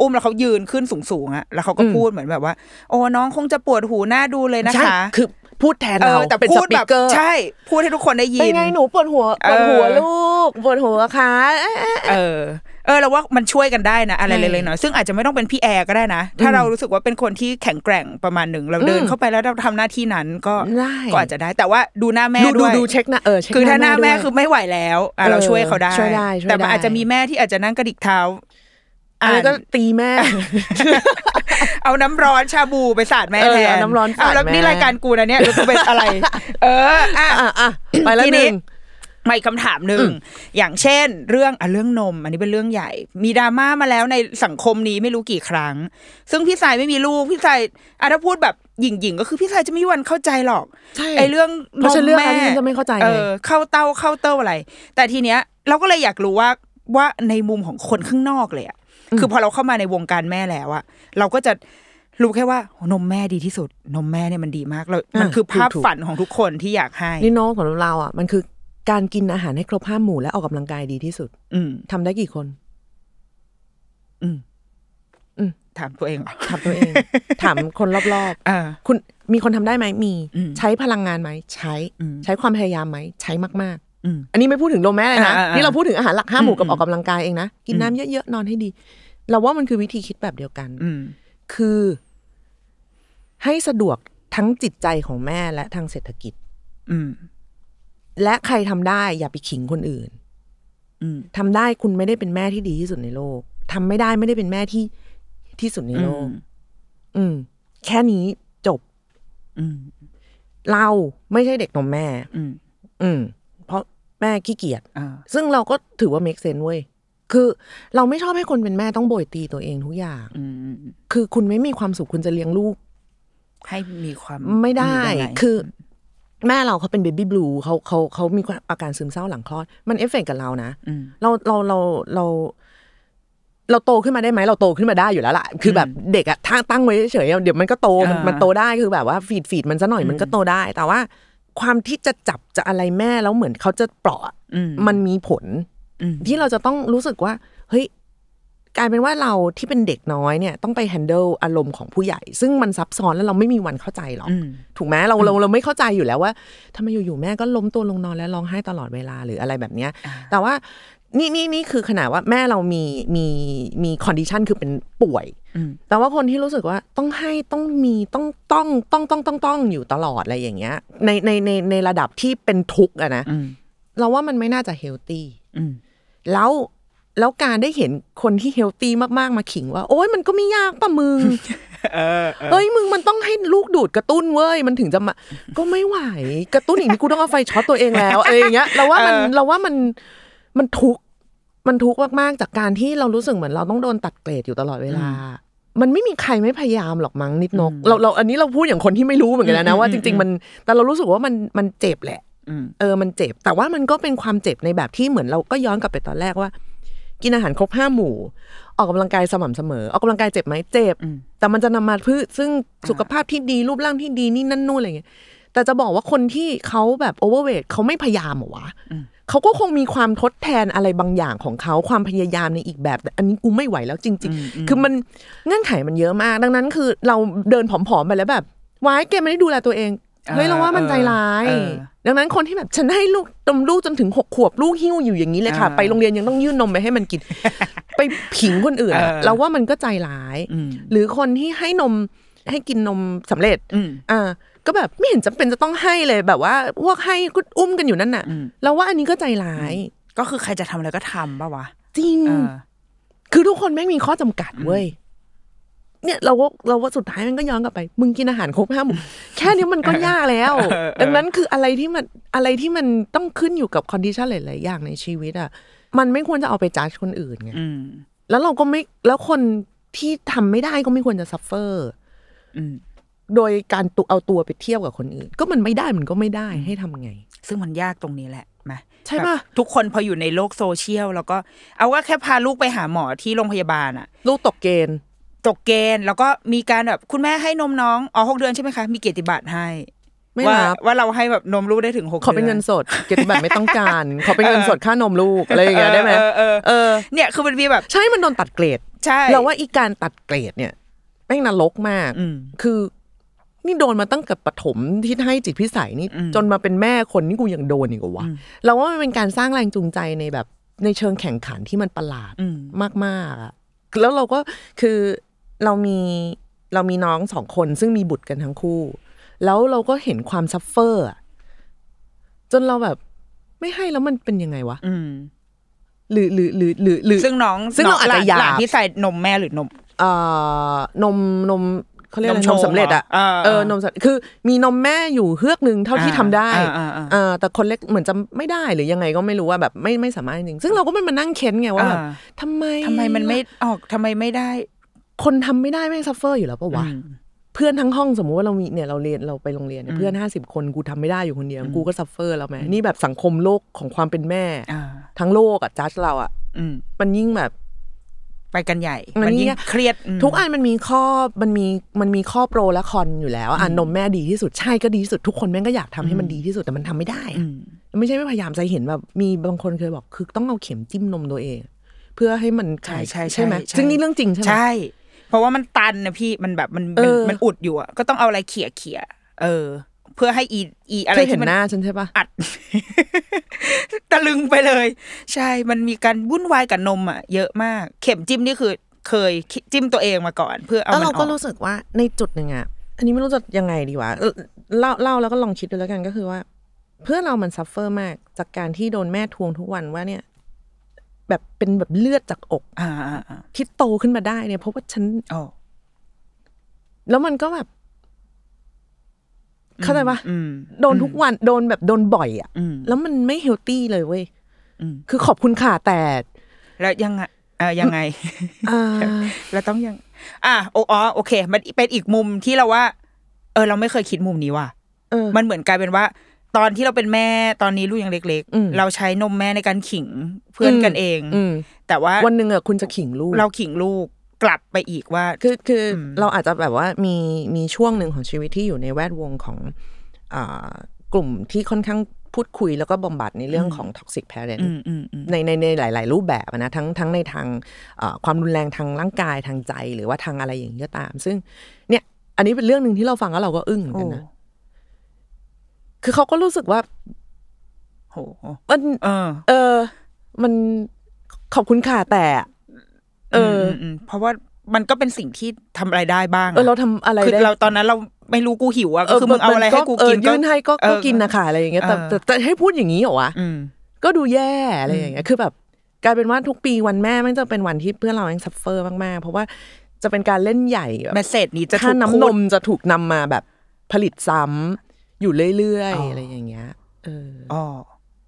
B: อุ้มแล้วเขายืนขึ้นสูงสูงๆอะแล้วเขาก็
C: อืม
B: พูดเหมือนแบบว่า โอ้น้องคงจะปวดหูหน้าดูเลยนะ
C: ใช่
B: คะ
C: คือพูดแทนเรา
B: แต่
C: เป็น
B: พู
C: ส
B: ด
C: ปี
B: แบ
C: ก
B: บ
C: เกอร์
B: ใช่ พูดให้ทุกคนได้ยิน
C: เป็นไงหนูปวดหัวปวดหัว
B: เออ
C: ลูกปวดหัวค่ะเอ๊ะเอ๊ะ
B: เออ เออเราว่ามันช่วยกันได้นะอะไร
C: ใช่
B: เล็กๆน้อยๆซึ่งอาจจะไม่ต้องเป็นพี่แอร์ก็ได้นะ ถ้า
C: อืม
B: เรารู้สึกว่าเป็นคนที่แข็งแกร่งประมาณหนึ่งเราเดิน
C: อืม
B: เข้าไปแล้วเราทำหน้าที่นั้นก็
C: ได้
B: ก็อาจจะได้แต่ว่าดูหน้าแม่
C: ดูดู
B: ด้วย
C: ดูเช็คหน้าเออเช็
B: คือถ้าหน้าแม่
C: ด้วย
B: คือไม่ไหวแล้วอ่ะ
C: เออ
B: เราช่วยเขาได้
C: ช่วยได้ช่วยได้
B: แต่มันอาจจะมีแม่ที่อาจจะนั่งกระดิกเท้า
C: อัน
B: อ่า
C: นี้
B: น
C: ก็ตีแม่
B: เอาน้ำร้อนชาบูไปสาดแม่
C: เออ
B: แทน
C: เอาน้ำร้อนสาด
B: เอาแล้ว
C: แม่
B: นี่รายการกูนะเนี่ยหรือกูเป็น อะไร เอออ่ะ
C: อ่ะอ่ะไปแล้ว
B: ที
C: ห
B: นี้
C: นึ่ง
B: มาอีกคำถามหนึ่งอย่างเช่น เรื่องอ่ะเรื่องนม อันนี้เป็นเรื่องใหญ่ มีดราม่ามาแล้วในสังคมนี้ไม่รู้กี่ครั้ง ซึ่งพี่สายไม่มีลูกพี่สายอ่ะถ้าพูดแบบหยิ่งๆก็คือพี่สายจะไม่มีวันเข้าใจหรอก
C: ใช่
B: ไอ้เรื่องน
C: เพราะ
B: ม
C: ฉันเรื่อง
B: แม่
C: อะไรที่ฉันจะไม่เข้าใจไง
B: เออเข้าเต้าเข้าเต้าอะไร แต่ทีเนี้ยเราก็เลยอยากรู้ว่าว่าในมุมของคนข้างนอกเลยอะคือพอเราเข้ามาในวงการแม่แล้วอะเราก็จะรู้แค่ว่านมแม่ดีที่สุด นมแม่เนี่ยมันดีมากเรามันคือภาพฝันของทุกคนที่อยากให้
C: นี่โน้ตของเราอ่ะมันคือการกินอาหารให้ครบห้าหมู่และออกกำลังกายดีที่สุด
B: อืม
C: ทำได้กี่คน
B: อืม
C: อืม
B: ถามตัวเองเหรอ
C: ถามตัวเอง ถามคนรอบ
B: เออ
C: ๆ คุณมีคนทำได้ไหมมี
B: อืม
C: ใช้พลังงานไหมใช้
B: อืม
C: ใช้ความพยายามไหมใช้มาก
B: อืม
C: ๆ อันนี้ไม่พูดถึงโดแม่เลยนะ
B: อ่าอ่าอ่านี่
C: นี่เราพูดถึงอาหารหลักห้าหมู่กับ
B: อืม
C: ออกกำลังกายเองนะกิน
B: อืม
C: น้ำเยอะๆนอนให้ดี เราว่ามันคือวิธีคิดแบบเดียวกัน
B: อืม
C: คือ ให้สะดวกทั้งจิตใจของแม่และทางเศรษฐกิจ
B: อืม
C: และใครทำได้อย่าไปขิงคนอื่น
B: อืม
C: ทำได้คุณไม่ได้เป็นแม่ที่ดีที่สุดในโลก ทำไม่ได้ไม่ได้เป็นแม่ที่ที่สุดในโลก อืม แค่นี้จบ
B: อืม
C: เราไม่ใช่เด็กนมแม่
B: อืม
C: อืม เพราะแม่ขี้เกียจ
B: อ่า
C: ซึ่งเราก็ถือว่า make sense เว้ย คือเราไม่ชอบให้คนเป็นแม่ต้องโบยตีตัวเองทุกอย่าง
B: อืม
C: คือคุณไม่มีความสุขคุณจะเลี้ยงลูก
B: ให้มีความ
C: ไม่ได้
B: ยังง
C: คือ แม่เราเขาเป็นเบบี้บลูเขาเขาเขามีอาการซึมเศร้าหลังคลอด มันเอฟเฟกต์กับเรานะ
B: อืม
C: เราเราเราเรา เราโตขึ้นมาได้ไหมเราโตขึ้นมาได้อยู่แล้วล่ะ คือแบบเด็กอะทางตั้งไว้เฉยๆเดี๋ยวมันก็โตมัน
B: อ่ามั
C: มันโตได้คือแบบว่าฟีดฟีดมันซะหน่อยมันก็โตได้ แต่ว่า ความที่จะจับจะอะไรแม่แล้วเหมือนเขาจะเปราะ
B: อืม
C: มันมีผล
B: อืม
C: ที่เราจะต้องรู้สึกว่า เฮ้ยกลายเป็นว่าเราที่เป็นเด็กน้อยเนี่ย ต้องไป handle อารมณ์ของผู้ใหญ่ ซึ่งมันซับซ้อนแล้วเราไม่มีวันเข้าใจหรอก
B: อืม
C: ถูกไหมเราเราเราไม่เข้าใจอยู่แล้วว่าทำไมอยู่ๆแม่ก็ล้มตัวลงนอนและร้องไห้ตลอดเวลาหรืออะไรแบบเนี้ยแต่ว่านี่นี่นี่คือขนาดว่าแม่เรามีมีมีคอนดิชันคือเป็นป่วย
B: อืม
C: แต่ว่าคนที่รู้สึกว่าต้องให้ต้องมีต้องต้องต้องต้องต้องต้องอยู่ตลอดอะไรอย่างเงี้ยในในในในระดับที่เป็นทุกข์อะนะ
B: อืม
C: เราว่ามันไม่น่าจะเฮลตี้
B: อืม
C: แล้วแล้วการได้เห็นคนที่เฮลตี้มากๆมาขิงว่า โอ๊ยมันก็ไม่ยากปะมึง
B: เออเออ
C: เอ้ยมึงมันต้องให้ลูกดูดกระตุ้นเว้ยมันถึงจะมา ก็ไม่ไหว กระตุ้นอย่างนี้กูต้องเอาไฟช็อตตัวเองแล้ว อะไรอย่างเงี้ยเราว่ามันเราว่ามันมันทุกข์มันทุกข์มากๆจากการที่เรารู้สึกเหมือนเราต้องโดนตัดเกรดอยู่ตลอดเวลา มันไม่มีใครไม่พยายามหรอกมั้งนิดนกเราเราอันนี้เราพูดอย่างคนที่ไม่รู้เหมือนกันนะว่าจริง ๆ มันแต่เรารู้สึกว่ามันมันเจ็บแหละ
B: อืม
C: เออมันเจ็บ แต่ว่ามันก็เป็นความเจ็บในแบบที่เหมือนเราก็ย้อนกลับไปตอนแรกว่า กินอาหารครบห้าหมู่ ออกกำลังกายสม่ำเสมอ ออกกำลังกายเจ็บไหมเจ็บ
B: อืม
C: แต่มันจะนำมาเพื่อซึ่งสุขภาพที่ดีรูปร่างที่ดีนี่นั่นนู่นอะไรเงี้ยแต่จะบอกว่าคนที่เขาแบบโอเวอร์เวทเขาไม่พยายามเหรอวะเขาก็คงมีความทดแทนอะไรบางอย่างของเขาความพยายามในอีกแบบ แต่อันนี้กูไม่ไหวแล้วจริง ๆ คือมันเงื่อนไขมันเยอะมาก ดังนั้นคือเราเดินผอมๆไปแล้วแบบวายแกไม่ได้ดูแลตัวเองเฮ้ยเราว่ามันใจร้าย
B: เออ
C: ดังนั้นคนที่แบบฉันให้ลูกนมลูกจนถึงหกขวบลูกหิ้วอยู่อย่างนี้เลยค่ะ
B: อ่า
C: ไปโรงเรียนยังต้องยื่นนมไปให้มัน กิน ไปผิงคนอื่นอะ
B: เออ
C: เราว่ามันก็ใจร้าย
B: อืม
C: หรือคนที่ให้นมให้กินนมสำเร็จ
B: อืม
C: อ่า ก็แบบไม่เห็นจำเป็นจะต้องให้เลยแบบว่าพวกให้ก็อุ้มกันอยู่นั่นน่ะ
B: อืม
C: เราว่าอันนี้ก็ใจร้าย
B: ก็คือใครจะทำอะไรก็ทำป่าวะ
C: จริง
B: เออ
C: คือทุกคนแม่งมีข้อจำกัดเว้ย เนี่ยเราว่าเราว่าสุดท้ายมันก็ย้อนกลับไป มึงกินอาหารครบห้าหมู่ แค่นี้มันก็ยากแล้ว
B: เออ
C: ดังนั้นคืออะไรที่มันอะไรที่มันต้องขึ้นอยู่กับคอนดิชันหลายๆอย่างในชีวิตอ่ะ มันไม่ควรจะเอาไปจ้าคนอื่นไง
B: อืม
C: แล้วเราก็ไม่แล้วคนที่ทำไม่ได้ก็ไม่ควรจะซัฟเฟอร์
B: อืม
C: โดยการตุเอาตัวไปเที่ยวกับคนอื่น ก็มันไม่ได้มันก็ไม่ได้ให้ทำไง
B: ซึ่งมันยากตรงนี้แหละไหม
C: ใช่ปะ
B: แบบทุกคนพออยู่ในโลกโซเชียล แล้วก็เอาว่าแค่พาลูกไปหาหมอที่โรงพยาบาลอะ
C: ลูกตกเกณฑ์
B: ตกเกณฑ์แล้วก็มีการแบบคุณแม่ให้นมน้องอ๋อหกเดือนใช่ไหมคะ มีเกียรติบัตรให้
C: ไม่
B: ว่า
C: รับ
B: ว่าเราให้แบบนมลูกได้ถึงหก
C: ขอเป็น
B: ดื
C: เงินสด เกียรติบัตรไม่ต้องการ ขอเป็นเงินสดค่านมลูกอะไรอย่างเงี้ยได้ไหม
B: เออเออเอ
C: เอ
B: อ
C: อ
B: เนี่ยคือมันมีแบบ
C: ใช่มันโดนตัดเกรด
B: ใช่
C: เราว่าอีการตัดเกรดเนี่ยแม่งนรกมาก
B: อืม
C: คือนี่โดนมาตั้งแต่ปฐมที่ให้จิตพิสัยนี่
B: อืม
C: จนมาเป็นแม่คนนี่กูยังโดนอีกเหรอวะ
B: อืม
C: เราว่ามันเป็นการสร้างแรงจูงใจในแบบในเชิงแข่งขันที่มันประหลาด
B: อืม
C: มากๆอะแล้วเราก็คือเรามีเรามีน้องสองคนซึ่งมีบุตรกันทั้งคู่ แล้วเราก็เห็นความซัฟเฟอร์อะจนเราแบบไม่ให้แล้วมันเป็นยังไงวะ
B: อืม
C: หรือหรือหรือหรือหรือ
B: ซึ่งน้อง
C: ซึ่งน้องอาจจะ
B: หลน
C: อยาก
B: หลนที่ใส่นมแม่หรือนม
C: เอ่อนมนมเขาเรียกอะไร
B: นม
C: นมสำเร็จอะ
B: ชงเหรออ่า
C: เออนมสำเร็จคือมีนมแม่อยู่เฮือกหนึ่งเท่าที่ทำได้
B: อ่าอ่าอ่า
C: เออแต่คนเล็กเหมือนจะไม่ได้หรือยังไงก็ไม่รู้ว่าแบบไม่ไม่สามารถจริงๆซึ่งเราก็ไม่มานั่งเค้นไงว่าแบบ
B: อ่า
C: ทำไม
B: ทำไมมันไม่ออกทำไมไม่ได้
C: คนทำไม่ได้แม่งซัฟเฟอร์อยู่แล้วปะวะ
B: อืม
C: เพื่อนทั้งห้องสมมุติว่าเรามีเนี่ยเราเรียนเราไปโรงเรียนเนี่ยเพื่อนห้าสิบคนกูทำไม่ได้อยู่คนเดียวกูก็ซัฟเฟอร์แล้วไหมนี่แบบสังคมโลกของความเป็นแม่
B: อ่า
C: ทั้งโลกอะจัดเราอะ
B: อืม
C: มันยิ่งแบบ
B: ไปกันใหญ่
C: มั
B: มัน
C: นยิ่
B: ยิ่
C: ง
B: งเครียดม
C: ทุกอันมันมีข้อมันมีมันมีข้อโปรและคอนอยู่แล้วอ่ะนมแม่ดีที่สุดใช่ก็ดีที่สุดทุกคนแม่งก็อยากทำให้มันดีที่สุดแต่มันทำไม่ได้อะ
B: อืม
C: ไม่ใช่ไม่พยายามใจเห็นแบบมีบางคนเคยบอกคือต้องเอาเข็มจิ้มนมตัวเอง เพื่อให้มัน
B: ใช่ใช่
C: ใช่ไหมซึ่งนี่เรื่องจริงใช่ไหม
B: ใช่ เพราะว่ามันตันนะพี่มันแบบมันมัน
C: เออ
B: มันอุดอยู่อะก็ต้องเอาอะไรเขี่ยเขี่ยเออ เพื่อให้อีอีอะไร
C: เคยเห็
B: ที่
C: น
B: มัน
C: หน้าฉันใช่ปะ
B: อัด ตะลึงไปเลย ใช่ มันมีการวุ่นวายกับนมอ่ะเยอะมาก เข็มจิ้มนี่คือ เคยจิ้มตัวเองมาก่อน เพื่อเอา
C: แล้ว
B: มันอ
C: เรา
B: อก
C: ก็รู้สึกว่าในจุดหนึ่งอ่ะอันนี้ไม่รู้จะยังไงดีวะเออเล่าเล่าแล้วก็ลองคิดดูแล้วกันก็คือว่า เพื่อนเรามันซัฟเฟอร์มากจากการที่โดนแม่ทวงทุกวันว่าเนี่ย แบบเป็นแบบเลือดจากอก
B: อ่าอ่าอ่า
C: ที่โตขึ้นมาได้เนี่ยเพราะว่าฉัน
B: โอ้
C: แล้วมันก็แบบ เข้าใจปะ
B: อืม
C: โดนทุกวันโดนแบบโดนบ่อยอะ
B: อืม
C: แล้วมันไม่เฮลตี้เลยเว้ย
B: อืม
C: คือขอบคุณค่ะแต่
B: แล้วยังไงเออ ยังไง
C: อ่า
B: เราต้องยัง อ่ะโออ๋อโอเค มันเป็นอีกมุมที่เราว่า เออ เราไม่เคยคิดมุมนี้ว่ะ
C: เออ
B: มันเหมือนกลายเป็นว่า ตอนที่เราเป็นแม่ตอนนี้ลูกยังเล็ก
C: อืม
B: ๆ เราใช้นมแม่ในการขิงเพื่อน
C: อืม
B: กันเอง
C: อืม
B: แต่ว่า
C: วันหนึ่งอะคุณจะขิงลูก
B: เราขิงลูกกลับไปอีกว่า
C: คือคืออ
B: ม
C: เราอาจจะแบบว่ามีมีช่วงหนึ่งของชีวิตที่อยู่ในแวดวงของอ่ากลุ่มที่ค่อนข้างพูดคุยแล้วก็บำบัดในเรื่องของท็อกซิกแพเรน
B: อืมอืมอืม
C: ในในในหลาย ๆ รูปแบบอะนะทั้งทั้งในทางเอ่อความรุนแรงทางร่างกายทางใจหรือว่าทางอะไรอย่างนี้ก็ตาม ซึ่งเนี่ยอันนี้เป็นเรื่องหนึ่งที่เราฟังแล้วเราก็อึ้งเหมือนกันนะคือเขาก็รู้สึกว่า
B: โห
C: มัน
B: เออ
C: เออมันขอบคุณค่ะแต่อะเออ
B: มมมเพราะว่ามันก็เป็นสิ่งที่ทำอะไรได้บ้างะ
C: เออเราทำอะไร
B: คือ
C: ได้
B: เราตอนนั้นเราไม่รู้กูหิวอะก็คือมึงเอาอะไรให้กูกิน
C: เออยื่นให้ก็ก็กินนะคะอะไรอย่างเงี้ยแต่
B: เออ
C: แต่แต่ให้พูดอย่างนี้เหรอวะ
B: อืม
C: ก็ดูแย่อะไรอย่างเงี้ย คือแบบกลายเป็นว่าทุกปีวันแม่มันจะเป็นวันที่เพื่อนเราแม่งซัฟเฟอร์มากๆ เพราะว่าจะเป็นการเล่นใหญ่แบบ
B: เมสเซจนี้จะถู
C: ค่า
B: ก
C: น้ำ
B: พู
C: น
B: ด
C: มจะถูกนำมาแบบผลิตซ้ำอยู่เรื่อย
B: อ๋ออ
C: ๆอะไรอย่างเงี้ยเออ
B: อ๋อ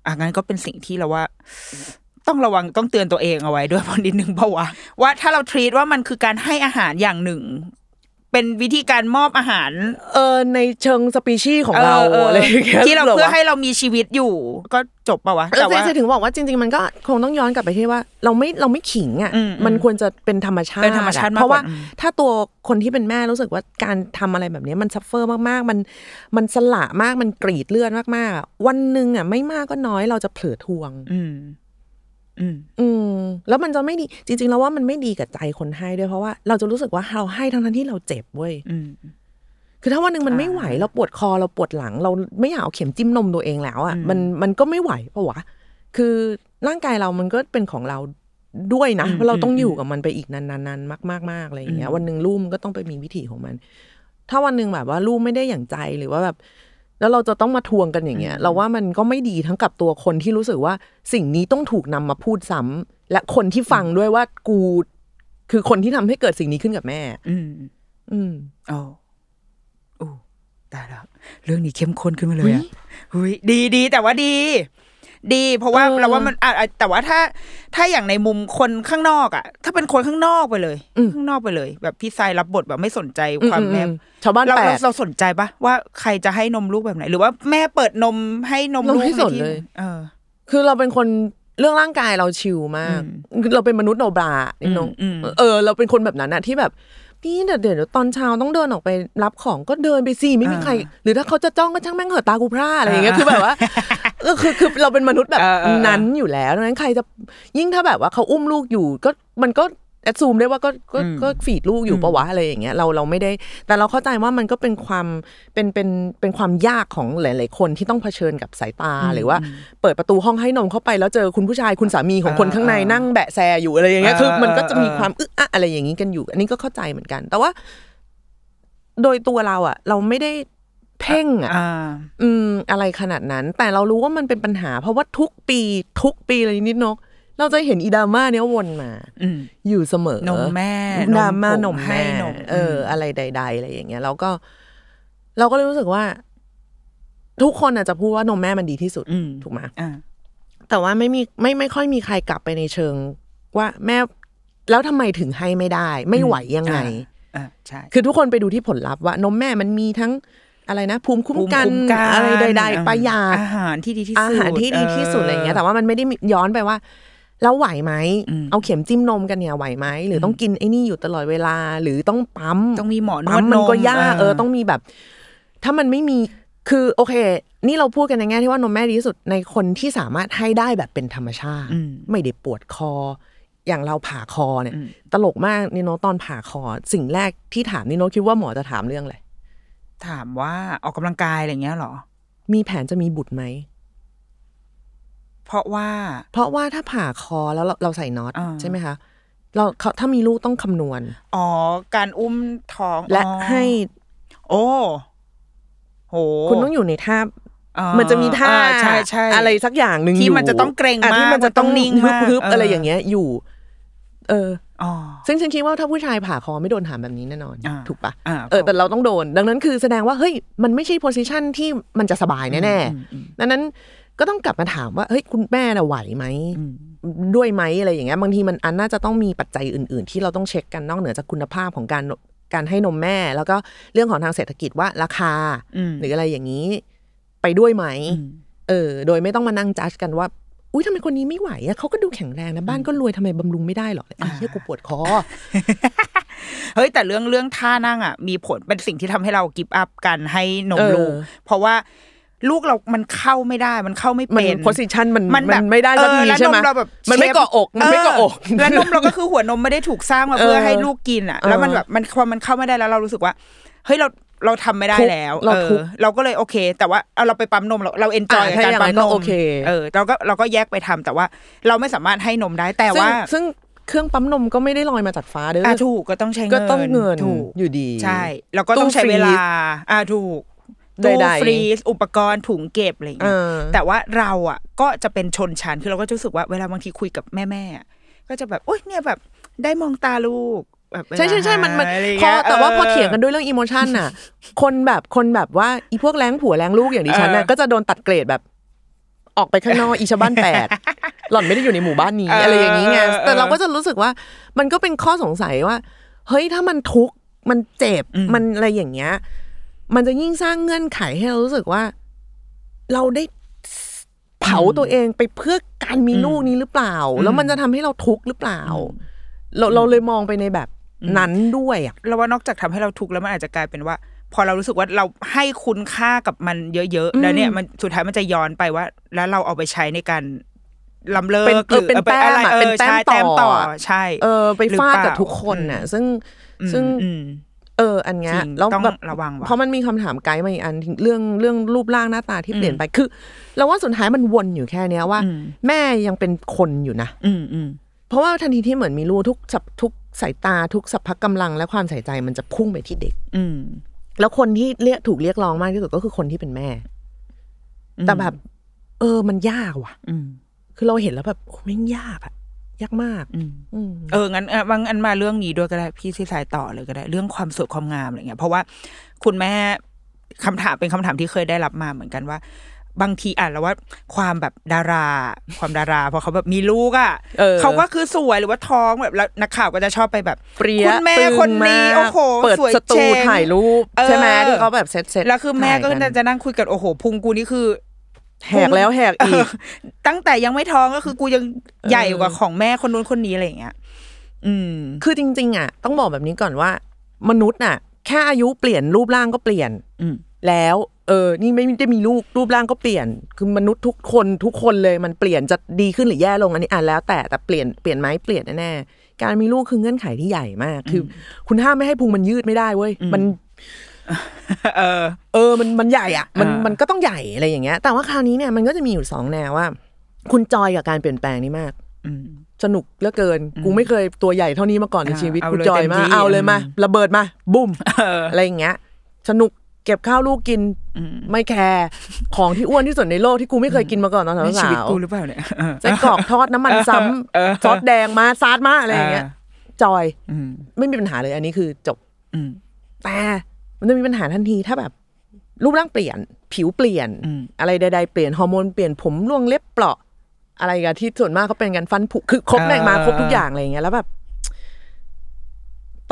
B: อ่ะงั้นก็เป็นสิ่งที่เราว่า ต้องระวังต้องเตือนตัวเองเอาไว้ด้วย พอนิดนึงเพราะว่าว่าถ้าเราทรีตว่ามันคือการให้อาหารอย่างหนึ่ง เป็นวิธีการมอบอาหาร
C: เออในเชิงสปีชีส์ของเรา
B: เออ
C: อะไรอย่างเงี้ย
B: ที่เรา
C: หวะ
B: เพื่อให้เรามีชีวิตอยู่ ก็จบปะวะ แต่
C: แต่ว่า
B: ว่า
C: จะถึงบอกว่าจริง ๆ มันก็คงต้องย้อนกลับไปที่ว่า เราไม่เราไม่ขิงอ่ะ
B: อืม
C: มันควรจะเป็นธรรมชาติ
B: เป็นธรรมชาติมากกว่า
C: เพราะว่า
B: อืม
C: ถ้าตัวคนที่เป็นแม่รู้สึกว่าการทำอะไรแบบนี้มันซัฟเฟอร์มากๆ มันมันสละมากมันกรีดเลือดมากๆ วันหนึ่งอ่ะไม่มากก็น้อยเราจะเผลอทวง
B: อืม อืม
C: อืมแล้วมันจะไม่ดีจริง ๆ แล้วว่ามันไม่ดีกับใจคนให้ด้วยเพราะว่าเราจะรู้สึกว่าเราให้ทั้งๆที่เราเจ็บเว้ย
B: อืม
C: คือถ้าวันหนึ่งมันไม่
B: อ่า
C: ไหวเราปวดคอเราปวดหลัง เราไม่อยากเอาเข็มจิ้มนมตัวเองแล้วอ่ะ
B: อืม
C: มันมันก็ไม่ไหวเพราะวะคือร่างกายเรามันก็เป็นของเราด้วยนะเพราะเราต้องอยู่กับมันไปอีกนานๆๆมากๆๆอะไรอย่างเงี้ยวันหนึ่งลูกมันก็ต้องไปมีวิถีของมัน ถ้าวันหนึ่งแบบว่าลูกไม่ได้อย่างใจหรือว่าแบบ แล้วเราจะต้องมาทวงกันอย่างเงี้ย เราว่ามันก็ไม่ดีทั้งกับตัวคนที่รู้สึกว่าสิ่งนี้ต้องถูกนำมาพูดซ้ำและคนที่ฟังด้วยว่ากู คือคนที่ทำให้เกิดสิ่งนี้ขึ้นกับแม่
B: อืม
C: อืม
B: โอ้โอ้ตายแล้ว เรื่องนี้เข้มข้นขึ้นมาเลยอะหุยดีดีแต่ว่าดี ดี เพราะว่า
C: เออ
B: เราว่ามันอ่ะอ่ะแต่ว่าถ้า ถ้าอย่างในมุมคนข้างนอกอะถ้าเป็นคนข้างนอกไปเลย
C: อืม
B: ข้างนอกไปเลย แบบพี่ทรายรับบทแบบไม่สนใจ
C: อืม
B: ความแม่
C: อืมชาวบ้าน
B: เรา
C: แป
B: เรา
C: ด
B: เราสนใจปะว่าใครจะให้นมลูกแบบไหน หรือว่าแม่เปิดนมให้นม
C: เรา
B: ลูก
C: ไม่
B: ใน
C: สน
B: ที่
C: เลย
B: เออ
C: คือเราเป็นคนเรื่องร่างกายเราชิลมากคือเราเป็นมนุษย์โนบรานี่น้อง
B: อืมอืม
C: เออ เราเป็นคนแบบนั้นอะที่แบบพี่เดี๋ยวเดี๋ยวตอนเช้าต้องเดินออกไปรับของก็เดินไปสิไม่มีใคร หรือถ้าเขาจะจ้องก็ช่างแม่งเหอะตากูพร่าอะไรอย่างเงี้ยคือแบบ ว่าเออคือคือเราเป็นมนุษย์แบบนั้นอยู่แล้วดังนั้นใครจะยิ่งถ้าแบบว่าเขาอุ้มลูกอยู่ก็มันก็แอดซูมได้ว่าก็ก็ก็ฟีดลูกอยู่ปะวะอะไรอย่างเงี้ยเราเราไม่ได้ แต่เราเข้าใจว่ามันก็เป็นความเป็นเป็นเป็นความยากของหลาย ๆ คนที่ต้องเผชิญกับสายตาหรือว่า เปิดประตูห้องให้นมเข้าไปแล้วเจอคุณผู้ชายคุณสามีของคนข้างใน
B: เออ
C: นั่งแบะแซอยู่อะไรอย่างเงี้ย
B: เออ
C: คือมันก็จะมี
B: เออ
C: ความอึะอะอะไรอย่างนี้กันอยู่ อันนี้ก็เข้าใจเหมือนกัน แต่ว่า โดยตัวเราอะเราไม่ได้เพ่งอะ
B: อ่า
C: อืมอะไรขนาดนั้น แต่เรารู้ว่ามันเป็นปัญหา เพราะว่าทุกปี ทุกปีเลยนิดนก เราจะเห็นอีดราม่าเนี้ยวนมา
B: อืม
C: อยู่เสมอน
B: มแม่
C: ดราม่าน น
B: ม
C: ม
B: ผงให้
C: แม่
B: นม
C: เอออ
B: ม
C: อะไรใด ๆ อะไรอย่างเงี้ยเราก็ เราก็เลยรู้สึกว่า ทุกคนอาจจะพูดว่านมแม่มันดีที่สุด
B: อืม
C: ถูกไหม
B: อ่า
C: แต่ว่าไม่มีไม่ไม่ค่อยมีใครกลับไปในเชิง ว่าแม่แล้วทำไมถึงให้ไม่ได้ ไม่ไหวยังไง
B: อ่า อ่าใช่
C: คือทุกคนไปดูที่ผลลัพธ์ว่านมแม่มันมีทั้งอะไรนะ ภูมิคุ้มกัน
B: ภูมิคุ้ม
C: อะไรใด
B: อ่
C: ๆประหยัด
B: อาหารที่ดีที่สุด
C: อาหารที่ดีที่สุดอะไรอย่างเงี้ยแต่ว่ามันไม่ได้มีย้อนไปว่าแล้วไหวไหม
B: อืม
C: เอาเข็มจิ้มนมกันเนี่ยไหวไหมหรือต้องกินไอ้นี่อยู่ตลอดเวลา หรือต้องปั๊ม
B: ต้องมีหมอนว
C: ปั๊
B: ด
C: ม
B: น
C: มัน
B: ม
C: ก็ยากเออต้องมีแบบ ถ้ามันไม่มีคือโอเค นี่เราพูดกันในแง่ที่ว่านมแม่ดีที่สุดในคนที่สามารถให้ได้แบบเป็นธรรมชาติ
B: อืม
C: ไม่ได้ปวดคอ อย่างเราผ่าคอเนี่ย
B: อืม
C: ตลกมากนี่โนตตอนผ่าคอ สิ่งแรกที่ถามนี่โนตคิดว่าหมอจะถามเรื่องอะไร
B: ถามว่าออกกำลังกายอะไรอย่างเงี้ยเหรอ
C: มีแผนจะมีบุตรไหม
B: เพราะว่า
C: เพราะว่าถ้าผ่าคอแล้วเราเราใส่น็อต
B: อ่า
C: ใช่ไหมคะ เราเขาถ้ามีลูกต้องคำนวณ
B: อ๋อการอุ้มท้อง
C: และ
B: อ๋อ
C: ให้
B: โอ้โห
C: คุณต้องอยู่ในท่า
B: อ่า
C: มันจะมีท่า
B: อ่ใช่ใช่
C: อะไรสักอย่างหนึ่ง
B: ที่
C: ยู่
B: มันจะต้องเกร็งมาก
C: ที่มันจะต้อง
B: มันต้องนิ่
C: นิ่
B: ง
C: ง
B: มาก
C: ฮึบ
B: เอออ
C: ๆอะไรอย่างเงี้ยอยู่ เออ
B: อ๋อ
C: ซึ่งฉันคิดว่าถ้าผู้ชายผ่าคอไม่โดนถามแบบนี้แน่นอน
B: อ่า
C: ถูกปะ
B: อ่า
C: เออแต่เราต้องโดน ดังนั้นคือแสดงว่าเฮ้ยมันไม่ใช่โพสิชันที่มันจะสบายแน่
B: อืมอืม
C: ๆดังนั้นก็ต้องกลับมาถามว่าเฮ้ยคุณแม่น่ะไหวไหม
B: อืม
C: ด้วยไหมอะไรอย่างเงี้ยบางทีมันอันน่าจะต้องมีปัจจัยอื่น ๆ ที่เราต้องเช็คกันนอกเหนือจากคุณภาพของการการให้นมแม่ แล้วก็เรื่องของทางเศรษฐกิจว่าราคา
B: อืม
C: หรืออะไรอย่างนี้ไปด้วยไหม
B: อืม
C: เออ โดยไม่ต้องมานั่งจัดกันว่า อุ้ยทำไมคนนี้ไม่ไหวอะเขาก็ดูแข็งแรงนะ บ้านก็รวยทำไมบำรุงไม่ได้หรอไอ้เหี้ยกูปวดคอ
B: เฮ้ยแต่เรื่องเรื่องท่านั่งอ่ะมีผลเป็นสิ่งที่ทำให้เรากิฟต์อัพกันให้นม
C: เออ
B: ลูกเพราะว่าลูกเรามันเข้าไม่ได้มันเข้าไม่
C: มัน
B: เป็น
C: โพสิชันมัน
B: มันแบบ
C: มันไม่ได้สัก
B: เออ
C: ที
B: แล้ว
C: ใช่ไหม
B: นเราแบบ
C: มันไม่
B: เชฟ
C: เกาะอกมันไม่เกาะอก
B: แล้วนมเราก็คือหัวนมไม่ได้ถูกสร้างมา
C: เออ
B: เพื่อให้ลูกกินอ่ะ แล้วมัน
C: เออ
B: แบบมันพอมันเข้าไม่ได้แล้วเรารู้สึกว่าเฮ้ยเราเราทำไม่ได้
C: ทุกข์
B: แล้ว
C: เรา
B: เออ
C: ทุกข์
B: เราก็เลยโอเค แต่ว่าเอาเราไปปั๊มนมเราเราเอนจอยกับ
C: อ่ะถ้า
B: การ
C: อย่าง
B: ปั๊ม
C: นั้นก็
B: นม
C: โอเค
B: เออเราก็เราก็แยกไปทำแต่ว่าเราไม่สามารถให้นมได้แต่ว่า
C: ซึ่งซึ่งเครื่องปั๊มนมก็ไม่ได้ลอยมาจากฟ้าเด้อ
B: อ่ะถูกก็ต้องใช้เงิน
C: ก็ต้องเงิน
B: ถูก
C: อยู่ดี
B: ใช่ แล้วก็ต้อง
C: ตู้
B: ใช้เว
C: ฟรี
B: ลา
C: ซ
B: อ่าถูก
C: ใดๆ
B: ตู้ฟรีซอุปกรณ์ถุงเก็บอะไรอย่างเงี้ย
C: เออ
B: แต่ว่าเราอ่ะ ก็จะเป็นชนชั้นคือเราก็จะรู้สึกว่าเวลาบางทีคุยกับแม่แม่ะก็จะแบบโอ๊ยเนี่ยแบบได้มองตาลูกแบบเวลา
C: ใช่ใช่ใช่มันมัน
B: หายะไร
C: พอย่าง
B: เงี้ย
C: แต่ว่าพอ
B: ออ
C: เถียงกันด้วยเรื่องอิโมชันน่ะ คนแบบคนแบบว่าอีพวกแรงผัวแรงลูกอย่างดิฉันน่ะ
B: เออ
C: ก็จะโดนตัดเกรดแบบ ออกไปข้างนอกอีชาวบ้านแปดหล่อนไม่ได้อยู่ในหมู่บ้านนี้
B: เอออ
C: อะไรอย่างนี้ไง
B: เออเออ
C: แต่เราก็จะรู้สึกว่า มันก็เป็นข้อสงสัยว่า เฮ้ยถ้ามันทุกข์มันเจ็บ
B: อืม
C: มันอะไรอย่างเงี้ยมันจะยิ่งสร้างเงื่อนไขให้เรารู้สึกว่า เราได้เผาตัวเองไปเพื่อการมีลูกนี้หรือเปล่า แล้วมันจะทำให้เราทุกข์หรือเปล่า เราเราเลยมองไปในแบบนั้นด้วยอ่ะ
B: เราว่านอกจากทำให้เราทุกข์แล้วมันอาจจะกลายเป็นว่า พอเรารู้สึกว่าเราให้คุณค่ากับมันเยอะๆแล้วเนี่ยมันสุดท้ายมันจะย้อนไปว่า แล้วเราเอาไปใช้ในการลำเลิก
C: เป็นเอ
B: ห
C: อ
B: รือ
C: เป็นแต้ม
B: อะไร
C: อะ
B: เอ
C: เป็น
B: อ
C: แต้ม
B: ใช่
C: ต่อ
B: แต้มต่อใช่
C: เออไป
B: หรือ
C: ฟาด
B: เปล่า
C: กับทุกคนน่ะ ซึ่ง
B: ม
C: ซึ่ง
B: อืม
C: เอออันเนี้ย
B: จริง
C: แล้ว
B: ต้อง
C: แบบ
B: ระวังว่ะ
C: เพราะมันมีคำถามไกด์มาอีกอันเรื่องเรื่องรูปร่างหน้าตาที่
B: อืม
C: เปลี่ยนไปคือ เราว่าสุดท้ายมันวนอยู่แค่เนี้ยว่า
B: อืม
C: แม่ยังเป็นคนอยู่นะ
B: อืมอืม
C: เพราะว่าทันทีที่เหมือนมีลูกทุกสับทุกสายตาทุกสัพพกำลังและความใส่ใจมันจะพุ่งไปที่เด็ก
B: อืม
C: แล้วคนที่เรียกถูกเรียกร้องมากที่สุดก็คือคนที่เป็นแม่ แต่แบบ เออมันยากว่ะ
B: อืม
C: คือเราเห็นแล้วแบบโอ้แม่งยากอะยากมาก
B: อืม
C: อืม
B: เอองั้นเออบางอันมาเรื่องนี้ด้วยก็ได้พี่ที่สายต่อเลยก็ได้ เรื่องความสวยความงามอะไรเงี้ยเพราะว่าคุณแม่คำถามเป็นคำถามที่เคยได้รับมาเหมือนกันว่า บางทีอ่านแล้วว่า ความแบบดารา ความดาราพอเขาแบบมีลูกอ่ะ
C: เออ
B: เขาก็คือสวยหรือว่าท้องแบบแล้วนักข่าวก็จะชอบไปแบบ
C: เปรี้ย
B: คุณแม่
C: ปึง
B: คนนี้
C: มาก
B: โอ้โห
C: เปิด
B: สวย
C: สตู
B: เจ๋ง
C: ถ่ายรูป
B: เออ
C: ใช่ไหมที่เขาแบบเซตเซต
B: แล้วคือแม่ก็
C: ถ่ายน
B: จะนั่งคุยกันโอ้โหพุงกูนี่คือ
C: แหกแล้วแหกอีก
B: ตั้งแต่ยังไม่ท้องก็คือกูยังใหญ่กว่าของแม่คนนู้นคนนี้อะไรอย่างเงี้ย อืม
C: คือจริง ๆ อ่ะ ต้องบอกแบบนี้ก่อนว่า มนุษย์น่ะ แค่อายุเปลี่ยนรูปร่างก็เปลี่ยน
B: อืม
C: แล้วเออนี่ไม่ได้มีลูกรูปร่างก็เปลี่ยน คือมนุษย์ทุกคนทุกคนเลยมันเปลี่ยนจะดีขึ้นหรือแย่ลงอันนี้อ่ะแล้วแต่แต่เปลี่ยนเปลี่ยนไหมเปลี่ยนแน่ๆการมีลูกคือเงื่อนไขที่ใหญ่มาก คือ คุณห้ามไม่ให้พุงมันยืดไม่ได้เว้ยมัน
B: เออ
C: เออ มัน มันใหญ่อะมัน
B: อ่ามั
C: มันก็ต้องใหญ่อะไรอย่างเงี้ย แต่ว่าคราวนี้เนี่ย มันก็จะมีอยู่สองแนวว่า คุณจอยกับการเปลี่ยนแปลงนี้มาก
B: อืม
C: สนุกเหลือเกิน กูไม่เคยตัวใหญ่เท่านี้มาก่อนใน
B: อ่า
C: ชีวิต
B: เอา
C: กู
B: เลย
C: จอย
B: เต็ม
C: มา
B: ที่
C: กเอาเลยมา
B: อืม
C: ระเบิดมา บุ้ม
B: เออ
C: อะไรอย่างเงี้ย สนุก เก็บข้าวลูกกิน
B: อืม
C: ไม่แคร์ ของที่อ้วนที่สุดในโลกที่กูไม่เคยกินมาก่อนตอนสาว
B: นี่
C: ๆ
B: ชีวิตกูหรือเปล่าเนี่ยเออ
C: ไส้กรอกทอดน้ำมันซ้
B: เออ
C: ำซอสแดงมาซาดมาอะไรอย่างเงี้ย จอย
B: อืม
C: ไม่มีปัญหาเลย อันนี้คือจบ
B: อืม
C: แต่มันจะมีปัญหาทันทีถ้าแบบ รูปร่างเปลี่ยน ผิวเปลี่ยน
B: อืม
C: อะไรใดๆเปลี่ยนฮอร์โมนเปลี่ยนผมร่วงเล็บเปราะ อะไรกันที่ส่วนมากเขาเป็นกันฟันผุคือครบแม่งมาครบทุกอย่างอะไรอย่างเงี้ยแล้วแบบ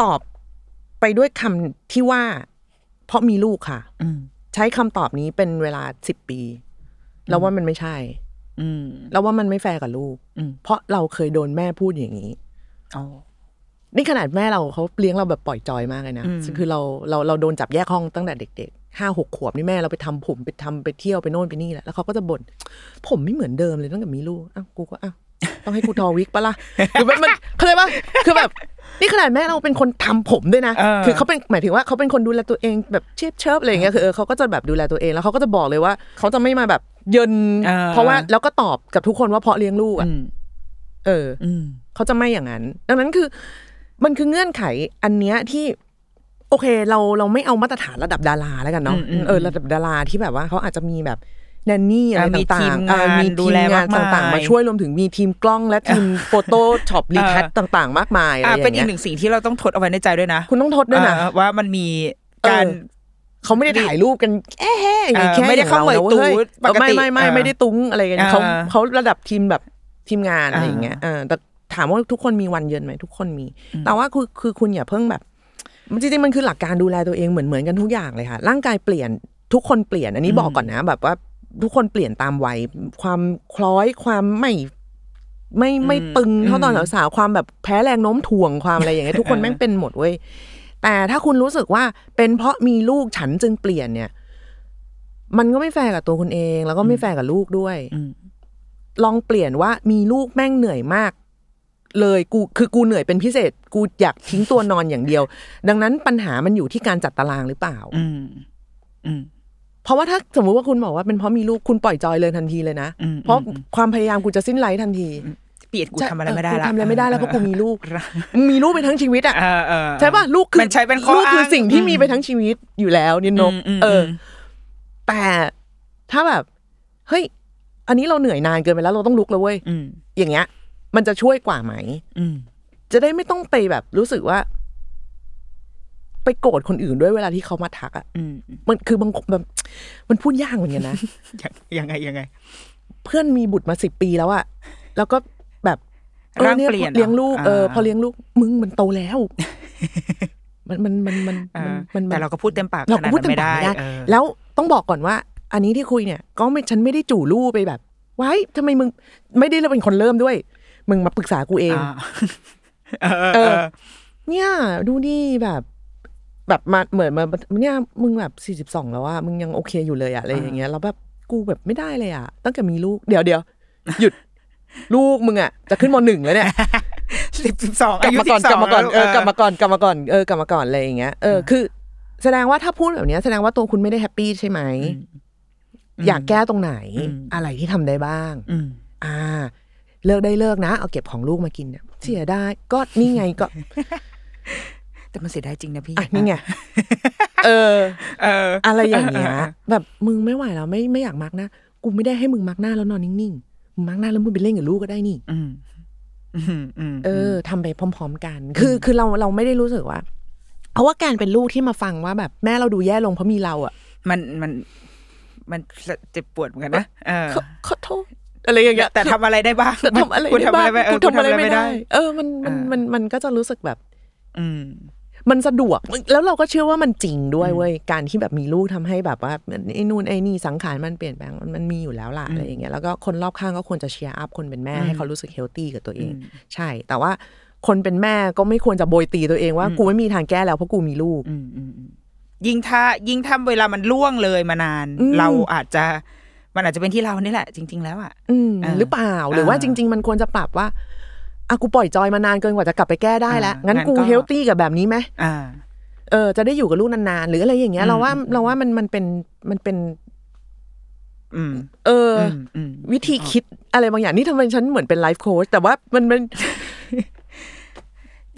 C: ตอบไปด้วยคำที่ว่า เพราะมีลูกค่ะ
B: อืม
C: ใช้คำตอบนี้เป็นเวลาสิบปี แล้วว่ามันไม่ใช่
B: อืม
C: แล้วว่ามันไม่แฟร์กับลูก
B: อืม
C: เพราะเราเคยโดนแม่พูดอย่างนี้
B: อ๋อ
C: นี่ขนาดแม่เราเขาเลี้ยงเราแบบปล่อยจอยมากเลยนะ
B: อืม
C: คือเราเราเราโดนจับแยกห้องตั้งแต่เด็กๆห้าหกขวบนี่แม่เราไปทำผมไปทำไปเที่ยวไปโน่นไปนี่แหละแล้วเขาก็จะบ่นผมไม่เหมือนเดิมเลยตั้งแต่มีลูกอ้าวกูก็อ้าวต้องให้กูทอวิกปะล่ะคือมันมันเข้าใจปะคือแบบ นี่ขนาดแม่เราเป็นคนทำผมด้วยนะ
B: เออ
C: คือเขาเป็นหมายถึงว่าเขาเป็นคนดูแลตัวเองแบบเชิบเชิบอะไรอย่างเงี้ยคือเออเขาก็จะแบบดูแลตัวเองแล้วเขาก็จะบอกเลยว่าเขาจะไม่มาแบบเยิน
B: เออ
C: เพราะว่าแล้วก็ตอบกับทุกคนว่าเพราะเลี้ยงลูกอะ
B: อืม
C: เออ
B: อืม
C: เขาจะไม่อย่างนั้น ดังนั้นคือ มันคือเงื่อนไขอันเนี้ยที่ โอเค เราเราไม่เอามาตรฐานระดับดาราแล้วกันเนาะ
B: อืมอืม
C: เออระดับดาราที่แบบว่าเขาอาจจะมีแบบแนนนี่อะไร
B: อ่ะมี
C: ต่าง
B: ทีม
C: ๆอ่ะ
B: งาน
C: มี
B: ดู
C: ทีม
B: แล
C: งาม
B: าน กมาย
C: ต่างๆ มาช่วยรวมถึงมีทีมกล้องและทีมโฟโต้ช็อปรีทัช
B: เออ
C: ต่างๆ มากมายอะไร
B: อ่า
C: อย่าง
B: เป็นอีกห
C: เงี้ย
B: นึ่งสิ่งที่เราต้องทดเอาไว้ในใจด้วยนะ
C: คุณต้องทดด้วยนะ
B: เออว่ามันมีการ
C: เออ เขาไม่ได้ถ่ายรูปกันแอะแฮะอย่างงี้
B: เออ
C: แค่
B: ไม่ได้
C: อย่ง
B: เข้าเหมย
C: รนะว้
B: ตูด
C: เออ
B: ปกติ
C: ไม่ไม่ไม่
B: เออ
C: ไม่ได้ตุ้งอะไรกัน
B: เออ
C: เขาเขาระดับทีมแบบ ทีมงานอะไรอย่างเงี้ยเออแต่ถามว่าทุกคนมีวันเย็นไหมทุกคนมี แต่ว่าคือคือคุณอย่าเพิ่งแบบจริงๆมันคือหลักการดูแลตัวเองเหมือนเหมือนกันทุกอย่างเลยค่ะ ร่างกายเปลี่ยนทุกคนเปลี่ยนอันนี้บอกก่อนนะ แบบว่าทุกคนเปลี่ยนตามวัยความคล้อยความไม่ไม่ไม่ตึงเท่าตอนสาวๆความแบบแพ้แรงโน้มถ่วงความอะไรอย่างเงี้ยทุกคนแม่งเป็นหมดเว้ยแต่ถ้าคุณรู้สึกว่าเป็นเพราะมีลูกฉันจึงเปลี่ยนเนี่ย มันก็ไม่แฟร์กับตัวคุณเอง แล้วก็ไม่แฟร์กับลูกด้วย
B: อืม
C: ลองเปลี่ยนว่ามีลูกแม่งเหนื่อยมาก เลยกูคือกูเหนื่อยเป็นพิเศษ กูอยากทิ้งตัวนอนอย่างเดียว ดังนั้นปัญหามันอยู่ที่การจัดตารางหรือเปล่า
B: อืม อืม
C: เพราะว่าถ้าสมมุติว่าคุณบอกว่าเป็นเพราะมีลูกคุณปล่อยจอยเลยทันทีเลยนะ
B: อืม
C: เพราะความพยายามกูจะสิ้นไร้ทันที
B: เปลี่ยนกู
C: ใช่
B: ทำอะไรไม่ได้
C: เกู
B: ละ
C: ทำอะไรไม่ได้แล้วเพราะกูมีลู ก
B: เออ
C: มีลูกไปทั้งชีวิตอ่ะ
B: เออเออ
C: ใช่ป่ะลูกคือ
B: มันใช้เป็นข้อ
C: ลูกคือ
B: าง
C: สิ่งที่มีไปทั้งชีวิตอยู่แล้วเนี่ยนก
B: มม
C: เออ
B: ม
C: แต่ถ้าแบบ เฮ้ย อันนี้เราเหนื่อยนานเกินไปแล้วเราต้องลุกแล้วเว้ย
B: อืม
C: อย่างเงี้ย มันจะช่วยกว่าไหม
B: อืม
C: จะได้ไม่ต้องไปแบบรู้สึกว่า ไปโกรธคนอื่นด้วยเวลาที่เขามาทักอ่ะ
B: อืม
C: มันคือบางแบบมันพูดยากเหมือนกันนะ
B: ยังไงยังไง
C: เพื่อนมีบุตรมาสิบปีแล้วอะแล้วก็แบบออ
B: ร่างเปลี่ยน
C: เลี้ยงลูก
B: หร
C: เอออา พอเลี้ยงลูก มึงมันโตแล้ว มันมันมันมัน
B: เอ
C: มัน
B: อ
C: มัน
B: แต่เราก็พูดเต็มปาก
C: เรา
B: ข
C: ก็
B: นาด
C: พูด
B: นั้น
C: เต็ม
B: ไม่
C: ปาก
B: ได้
C: ไม่ได้
B: เออ
C: แล้วต้องบอกก่อนว่า อันนี้ที่คุยเนี่ย ก็ไม่ฉันไม่ได้จู่ลู่ไปแบบไว้ทำไมมึงไม่ได้เป็นคนเริ่มด้วย มึงมาปรึกษากูเอง
B: อ่า เออเออ
C: เนี่ยดูดิแบบ แบบมาเหมือนมาเนี่ยมึงแบบสี่สิบสองแล้วอะมึงยังโอเคอยู่เลยอะอะไรอย่างเงี้ยแล้วแบบกูแบบไม่ได้เลยอะตั้งแต่มีลูกเดี๋ยวเดี๋ยวหยุด ลูกมึงอะจะขึ้นมหนึ่งแล้วเนี่ย
B: สิบสิบสอง
C: กลับมาก่อนกลับมาก่อนเออกลับ
B: มา
C: มาก่อนกลับมาก่อนเออกลับมาก่อนอะไรอย่างเงี้ยเออคือ แสดงว่าถ้าพูดแบบเนี้ยแสดงว่าตัวคุณไม่ได้แฮปปี้ใช่ไหมอยากแก้ตรงไหน อะไรที่ทำได้บ้าง
B: อืม
C: อ่า เลิกได้เลิกนะ เอาเก็บของลูกมากินเนี่ยเสียได้ก็นี่ไงก็
B: แต่มันเสียดายจริงนะพี่
C: อ่ะนี่ไงเออ
B: เออ
C: อะไรอย่างเงี้ย
B: เออเออเออ
C: แบบมึงไม่ไหวแล้วไม่ไม่อยากมาร์กหน้ากูไม่ได้ให้มึงมาร์กหน้าแล้วนอนนิ่งๆมึงมาร์กหน้าแล้วมึงไปเล่นกับลูกก็ได้นี่
B: อืมอืมอืม
C: เออทำไปพร้อม ๆ กัน คือคือเราเราไม่ได้รู้สึกว่าเอาว่าการเป็นลูกที่มาฟังว่าแบบแม่เราดูแย่ลงเพราะมีเราอ่ะ
B: มันมันมันเจ็บปวดเหมือนกันนะเออ
C: ขอขอโทษอะไรอย่างเงี้ย
B: แต่ทำอะไรได้บ้าง
C: แต่ทำอะไร
B: คุณทำอะไร
C: ม่
B: ไม่
C: ด้
B: เออ
C: กู
B: คุณ
C: ทำอะไรไม่ได้ เออมันมัน
B: เออ
C: มันมันก็จะรู้สึกแบบ
B: อืม
C: มันสะดวกแล้วเราก็เชื่อว่ามันจริงด้วยเว้ยการที่แบบมีลูกทำให้แบบว่าไอ้นู่นไอ้นี่สังขารมันเปลี่ยนแปลงมันมีอยู่แล้วล่ะอะไรอย่างเงี้ยแล้วก็คนรอบข้างก็ควรจะเชียร์อัพคนเป็นแม่ให้เขารู้สึกเฮลตี้กับตัวเอง ใช่ แต่ว่าคนเป็นแม่ก็ไม่ควรจะโบยตีตัวเองว่ากูไม่มีทางแก้แล้วเพราะกูมีลูก
B: อืมอืมอืมยิ่งถ้ายิ่งถ้าเวลามันล่วงเลยมานาน
C: อืม
B: เราอาจจะมันอาจจะเป็นที่เรานี่แหละ จริง ๆ แล้วอ่ะ
C: อืม
B: เออ
C: หรือเปล่าหรือว่าจริง ๆ มันควรจะปรับว่าอ่ะกูปล่อยจอยมานานเกินกว่าจะกลับไปแก้ได้แล้ว
B: อ่างั้
C: งั้น
B: น
C: กู
B: ก็
C: เฮลตี้กับแบบนี้ไหม
B: อ่า
C: เออจะได้อยู่กับลูกนานๆหรืออะไรอย่างเงี้ยเราว่าเราว่ามันมันเป็นมันเป็น
B: อืม
C: เอออ
B: อืมอืม
C: วิธีคิดอะไรบางอย่างนี่ทำไมฉันเหมือนเป็นไลฟ์โค้ชแต่ว่ามันมัน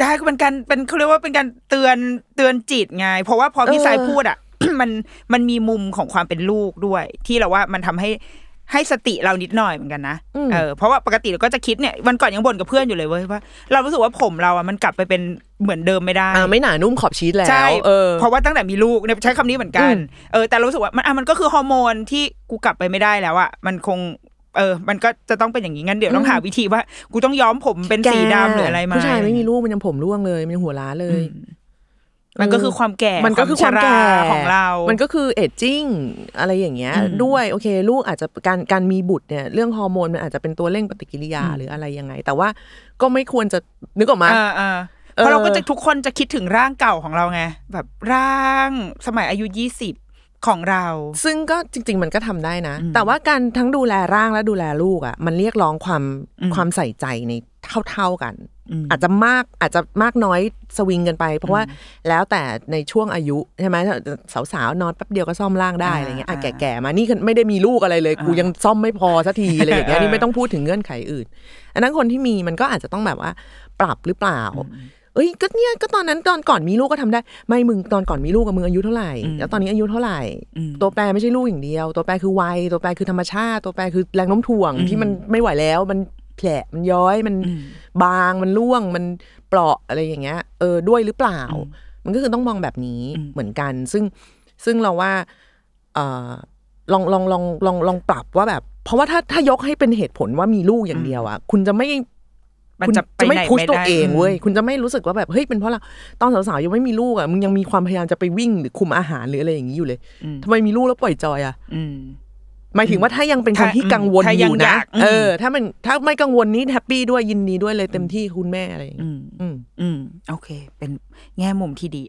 B: ได้ก็เป็นการเป็นเขาเรียกว่าเป็นการเตือนเตือนจิตไง เพราะว่าพอพี่
C: เออ
B: สายพูดอ่ะ มันมันมีมุมของความเป็นลูกด้วย ที่เราว่ามันทำให้ให้สติเรานิดหน่อยเหมือนกันนะเออเพราะว่าปกติเราก็จะคิดเนี่ยวันก่อนยังบ่นกับเพื่อนอยู่เลยเว้ยว่าเรารู้สึกว่าผมเราอ่ะมันกลับไปเป็นเหมือนเดิมไม่ได้
C: อ่าไม่หนานุ่มขอบชีสแล้ว
B: ใช่
C: เออ
B: เพราะว่าตั้งแต่มีลูกเนี่ยใช้คำนี้เหมือนกัน
C: อืม
B: เออแต่เรารู้สึกว่ามันอ่ะมันก็คือฮอร์โมนที่กูกลับไปไม่ได้แล้วอ่ะมันคง เออ มันก็จะต้องเป็นอย่างนี้งั้นเดี๋ยวต้องหาวิธีว่า กูต้องย้อมผมเป็นสีดำหรืออะไรไหมา
C: ผู้ชายไม่มีลูกมันยังผมร่วงเลยมันยังหัวล้านเลย
B: มันก็คือความแก่
C: มันก็คือความ
B: ช
C: แก่
B: ราของเรา
C: มั
B: มัน
C: ก็คือเอจจิ้งอะไรอย่างเงี้ย ด้วยโอเค ลูกอาจจะการการมีบุตรเนี่ยเรื่องฮอร์โมนมันอาจจะเป็นตัวเร่งปฏิกิริยาหรืออะไรยังไง แต่ว่าก็ไม่ควรจะนึกออกมา
B: อ่าอ่าเพราะเราก็จะทุกคนจะคิดถึงร่างเก่าของเราไงแบบร่างสมัยอายุยี่สิบของเรา
C: ซึ่งก็จริง ๆ มันก็ทำได้นะ แต่ว่าการทั้งดูแลร่างและดูแลลูกอ่ะ มันเรียกร้องความความใส่ใจในเท่า ๆกัน อาจจะมากอาจจะมากน้อยสวิงกันไป เพราะว่าแล้วแต่ในช่วงอายุใช่ไหมสาวๆนอนแป๊บเดียวก็ซ่อมร่างได้อะไรเงี้ยอ่ะ
B: อ่า
C: แก่ๆมานี่คือไม่ได้มีลูกอะไรเลย กูยังซ่อมไม่พอสักทีอะไรอย่างเงี้ยนี่ไม่ต้องพูดถึงเงื่อนไขอื่น อันนั้นคนที่มีมันก็อาจจะต้องแบบว่า ปรับหรือเปล่า เอ้ยก็เนี่ยก็ตอนนั้นตอนก่อนมีลูกก็ทำได้ ไม่มึงตอนก่อนมีลูกกับมึงอายุเท่าไหร่ แล้วตอนนี้อายุเท่าไหร่ ตัวแปรไม่ใช่ลูกอย่างเดียว ตัวแปรคือวัยตัวแปรคือธรรมชาติ ตัวแปรคือแรงโน้มถ่วงที่มันไม่ไหวแล้ว มันแผลมันย้อยมันบางมันร่วงมันเปราะอะไรอย่างเงี้ย เออด้วยหรือเปล่า มันก็คือต้องมองแบบนี้เหมือนกัน ซึ่งซึ่งเราว่าเออ ลองลองลองลองลองปรับว่าแบบ เพราะว่าถ้าถ้ายกให้เป็นเหตุผลว่ามีลูกอย่างเดียวอ่ะคุณจะไม่
B: มัน
C: คุณ
B: จะไป
C: จะไม่
B: ไหน
C: พุช
B: ไม่
C: ตัว
B: ได้
C: เอง
B: ม
C: เว้ย คุณจะไม่รู้สึกว่าแบบเฮ้ยเป็นเพราะเราตอนสาวๆยังไม่มีลูกอ่ะมึงยังมีความพยายามจะไปวิ่งหรือคุมอาหารหรืออะไรอย่างนี้อยู่เลย
B: อืม
C: ทำไมมีลูกแล้วปล่อยจอยอ่ะ
B: อืม
C: หมายถึงว่าถ้ายังเป็นคน
B: ถ้า
C: ที่กังวล
B: ถ้า
C: อ
B: ยัง
C: ยู่
B: อ
C: นะ
B: ยากอืม
C: เออ ถ้ามันถ้าไม่กังวลนี้แฮปปี้ด้วยยินดีด้วยเลยเต็มที่คุณแม่อะไรอย่าง
B: อื
C: เงี้
B: ม
C: ยอืม
B: อืม โอเค เป็นแง่มุมที่ดี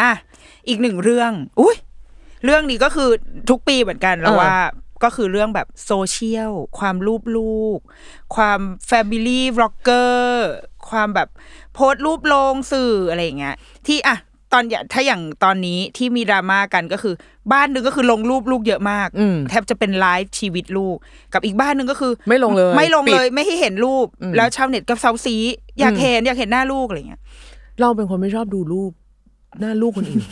B: อ่ะ อีกหนึ่งเรื่อง อุ้ย เรื่องนี้ก็คือทุกปีเหมือนกันแล้ว
C: เออ
B: ว่า ก็คือเรื่องแบบโซเชียล ความรูปลูก ความแฟมิลี่บล็อกเกอร์ความแบบโพสต์รูปลงสื่ออะไรอย่างเงี้ย ที่อ่ะตอนอย่างถ้าอย่างตอนนี้ที่มีดราม่ากันก็คือ บ้านหนึ่งก็คือลงรูปลูกเยอะมาก
C: อืม
B: แทบจะเป็นไลฟ์ชีวิตลูก กับอีกบ้านหนึ่งก็คือ
C: ไม่ลงเลย
B: ไม่ลง
C: ปิด
B: เลยไม่ให้เห็นรูป
C: อืม
B: แล้วชาวเน็ตกับเซาซีอยาก
C: อืม
B: เห็นอยากเห็นหน้าลูกอะไรอย่างเงี้ย
C: เราเป็นคนไม่ชอบดูรูปหน้าลูกคน อื่น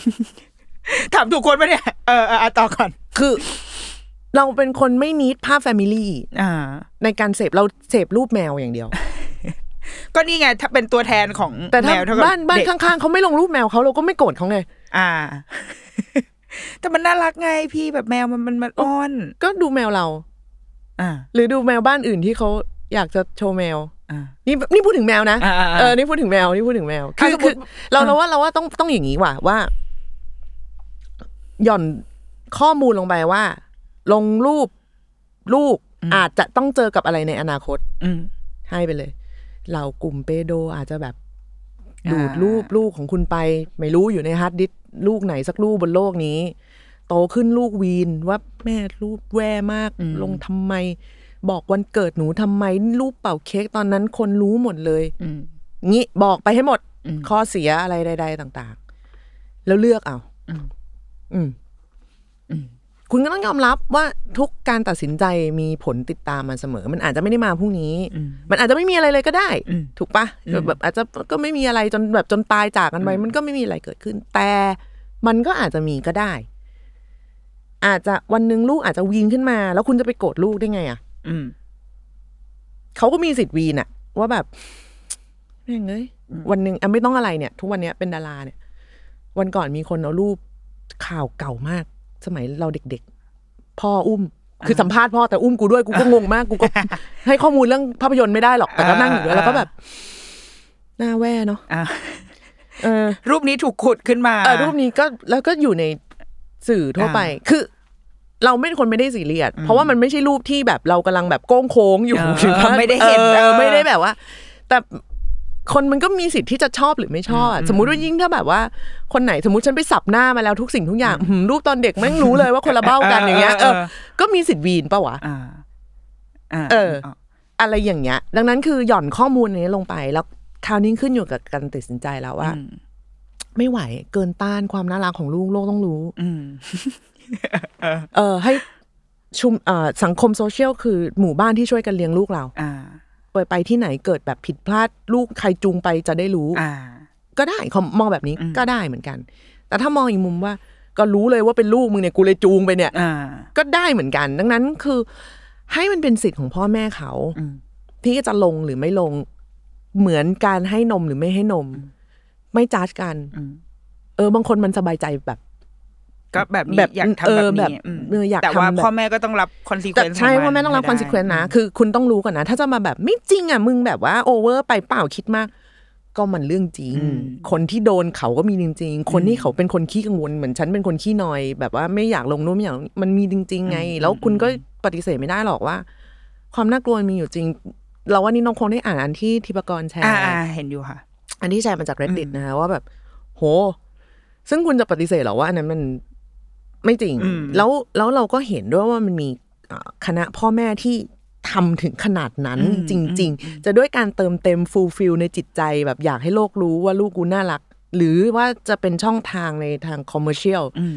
B: ถามถูกคนปะเนี่ยเออเออเอาต่อก่อน
C: คือ เราเป็นคนไม่นิดภาพแฟมิลี่
B: อ่า
C: ในการเสพเราเสพรูปแมวอย่างเดียว
B: ก็นี่ไงถ้าเป็นตัวแทนของ
C: แต่ถ้า
B: แมวเท่กับ
C: บ้านบ้าน
B: เด็ก
C: ข้างๆเขาไม่ลงรูปแมวเขาเราก็ไม่โกรธเขาไง
B: อ่า แต่มันน่ารักไงพี่แบบแมวมันมันมันอ้อน
C: ก็ดูแมวเรา
B: อ่า
C: หรือดูแมวบ้านอื่นที่เขาอยากจะโชว์แมว
B: อ่า
C: นี่นี่พูดถึงแมวนะ
B: อ่าอ่าอ่า
C: เออนี่พูดถึงแมวนี่พูดถึงแมวคือ
B: สมมุ
C: คื
B: ติ
C: อเราเราว่าเราว่าต้องต้องอย่างนี้ว่ะว่า หย่อนข้อมูลลงไปว่า ลงรูปลูกอาจจะต้องเจอกับอะไรในอนาคต
B: อืม
C: ให้ไปเลย เรากลุ่มเปโดอาจจะแบบ
B: อ่า
C: ดูดรูปลูกของคุณไป ไม่รู้อยู่ในฮาร์ดดิสก์ลูกไหนสักลูกบนโลกนี้ โตขึ้นลูกวีนว่าแม่รูปแว่มาก ลงทำไม บอกวันเกิดหนูทำไม รูปเป่าเค้กตอนนั้นคนรู้หมดเลย
B: อืม
C: งี้บอกไปให้หมด
B: อืม
C: ข้อเสียอะไรใด ๆ ต่าง ๆ แล้วเลือกเอา
B: อืม
C: อืม
B: อืม
C: คุณก็ต้องยอมรับว่าทุกการตัดสินใจมีผลติดตามมาเสมอ มันอาจจะไม่ได้มาพรุ่งนี้
B: อืม
C: มันอาจจะไม่มีอะไรเลยก็ได้
B: อืม
C: ถูกปะ
B: อืม
C: แบบอาจจะก็ไม่มีอะไรจนแบบจนตายจากกันไป
B: อืม
C: มันก็ไม่มีอะไรเกิดขึ้น แต่มันก็อาจจะมีก็ได้ อาจจะวันหนึ่งลูกอาจจะวีนขึ้นมา แล้วคุณจะไปโกรธลูกได้ไงอ่ะ
B: อืม
C: เขาก็มีสิทธิ์วีนอ่ะ ว่าแบบแม่งเอ้ยวันหนึ่งอ่ะไม่ต้องอะไรเนี่ย ทุกวันเนี้ยเป็นดาราเนี่ย วันก่อนมีคนเอารูปข่าวเก่ามาก สมัยเราเด็กๆ พ่ออุ้ม คือสัมภาษณ์พ่อแต่อุ้มกูด้วยกูก็งงมากกู ก็ ให้ข้อมูลเรื่องภาพยนตร์ไม่ได้หรอกแต่ก็นั่งอยู่ด้วยแล้วก็แบบ หน้าแว่เนาะ
B: อ่า
C: เออ
B: รูปนี้ถูกขุดขึ้นมา
C: เออรูปนี้ก็แล้วก็อยู่ในสื่อทั่วไป คือ เราไม่คนไม่ได้สีเรียด เพราะว่ามันไม่ใช่รูปที่แบบเรากำลังแบบโก้งโค้งอยู่
B: เออ
C: หรือว่า
B: ไม่ได้เห็น
C: ออ
B: เออ
C: ไม่ได้แบบว่า แต่คนมันก็มีสิทธิ์ที่จะชอบหรือไม่ชอบอะสมมุติว่ายิ่งถ้าแบบว่า คนไหนสมมติฉันไปสับหน้ามาแล้วทุกสิ่งทุกอย่างหืมรูปตอนเด็กแม่งรู้เลยว่าคนละเบ้ากันอย่างเงี้ย
B: เอ
C: เอ
B: อ
C: อ
B: เออเออ
C: ก็มีสิทธิ์วีนปะวะ
B: อ่า อ่า
C: เออ อะไรอย่างเงี้ย ดังนั้นคือหย่อนข้อมูลอันนี้ลงไป แล้วคราวนี้ขึ้นอยู่กับการตัดสินใจแล้วว่า
B: อืม
C: ไม่ไหวเกินต้านความน่ารักของลูกโลกต้องรู้
B: อืม
C: เออให้ชุมเอ่อสังคมโซเชียลคือหมู่บ้านที่ช่วยกันเลี้ยงลูกเรา
B: อ่า
C: ไปไปที่ไหนเกิดแบบผิดพลาดลูกใครจูงไปจะได้รู้
B: อ่า
C: ก็ได้เขามองแบบนี้
B: อืม
C: ก็ได้เหมือนกัน แต่ถ้ามองอีกมุมว่า ก็รู้เลยว่าเป็นลูกมึงเนี่ยกูเลยจูงไปเนี่ย
B: อ่า
C: ก็ได้เหมือนกัน ดังนั้นคือ ให้มันเป็นสิทธิ์ของพ่อแม่เขา
B: อืม
C: ที่จะลงหรือไม่ลงเหมือนการให้นมหรือไม่ให้นม ไม่จ้าดกัน
B: อืม
C: เออบางคนมันสบายใจแบบ
B: ก็แบบนี้
C: แบบ
B: อยากทำแบบ
C: เออแบบ
B: นี้อืม
C: เอออยาก
B: แต่ว่า
C: ทำแบบ
B: พ่อแม่ก็ต้องรับคอนซีเค
C: แต่
B: วนซ์
C: ใช่พ่อแม่ต้องรับคอนซิเควนต์นะ คือคุณต้องรู้ก่อนนะ ถ้าจะมาแบบไม่จริงอ่ะ มึงแบบว่าโอเวอร์ไปเปล่าคิดมาก ก็มันเรื่องจริง คนที่โดนเขาก็มีจริง ๆ คนที่เขาเป็นคนขี้กังวลเหมือนฉันเป็นคนขี้นอย แบบว่าไม่อยากลงนู่นไม่อยากมันมีจริง ๆ ไง แล้วคุณก็ปฏิเสธไม่ได้หรอกว่า ความน่ากลัวมันมีอยู่จริง เราว่านี่น้องคงได้อ่านอันที่ทิปกรแชร์
B: อ่าอ่า เห็นอยู่ค่ะ
C: อันที่แชร์มาจาก reddit นะคะว่าแบบ โห ซึ่งคุณจะปฏิเสธเหรอว่าอันนั้นมันไม่จริง
B: อืม
C: แล้วแล้วเราก็เห็นด้วยว่ามันมีเอ่อคณะพ่อแม่ที่ทำถึงขนาดนั้นจริง ๆ จะด้วยการเติมเต็มฟูลฟิลในจิตใจแบบอยากให้โลกรู้ว่าลูกกูน่ารัก หรือว่าจะเป็นช่องทางในทางคอมเมอร์เชียล
B: อืม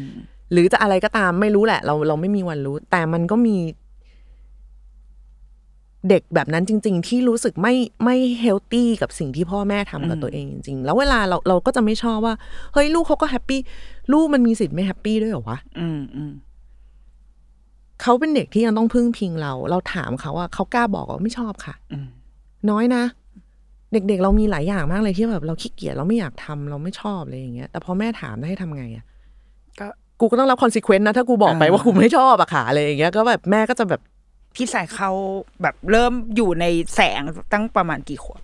C: หรือจะอะไรก็ตามไม่รู้แหละ เราเราไม่มีวันรู้ แต่มันก็มี เด็กแบบนั้นจริง ๆ ที่รู้สึกไม่ไม่เฮลตี้กับสิ่งที่พ่อแม่ทำกับ
B: อืม
C: ตัวเองจริง ๆ แล้วเวลาเราเราก็จะไม่ชอบว่าเฮ้ยลูกเขาก็แฮปปี้ลูกมันมีสิทธิ์ไม่แฮปปี้ด้วยเหรอวะ
B: อืมอืม
C: เขาเป็นเด็กที่ยังต้องพึ่งพิงเรา เราถามเขาว่าเขากล้าบอกว่าไม่ชอบค่ะ
B: อืม
C: น้อยนะ เด็กๆ เรามีหลายอย่างมากเลยที่แบบเราขี้เกียจเราไม่อยากทำเราไม่ชอบอะไรอย่างเงี้ยแต่พอแม่ถามให้ทำไงอะ
B: ก็
C: กูก็ต้องรับคอนซ e เควนต์นะถ้ากูบอกไป
B: อ่า
C: ว่ากูไม่ชอบอะค่ะอะไรอย่างเงี้ยก็แบบแม่ก็จะแบบ
B: พี่สายเขาแบบเริ่มอยู่ในแสงตั้งประมาณกี่ขวบ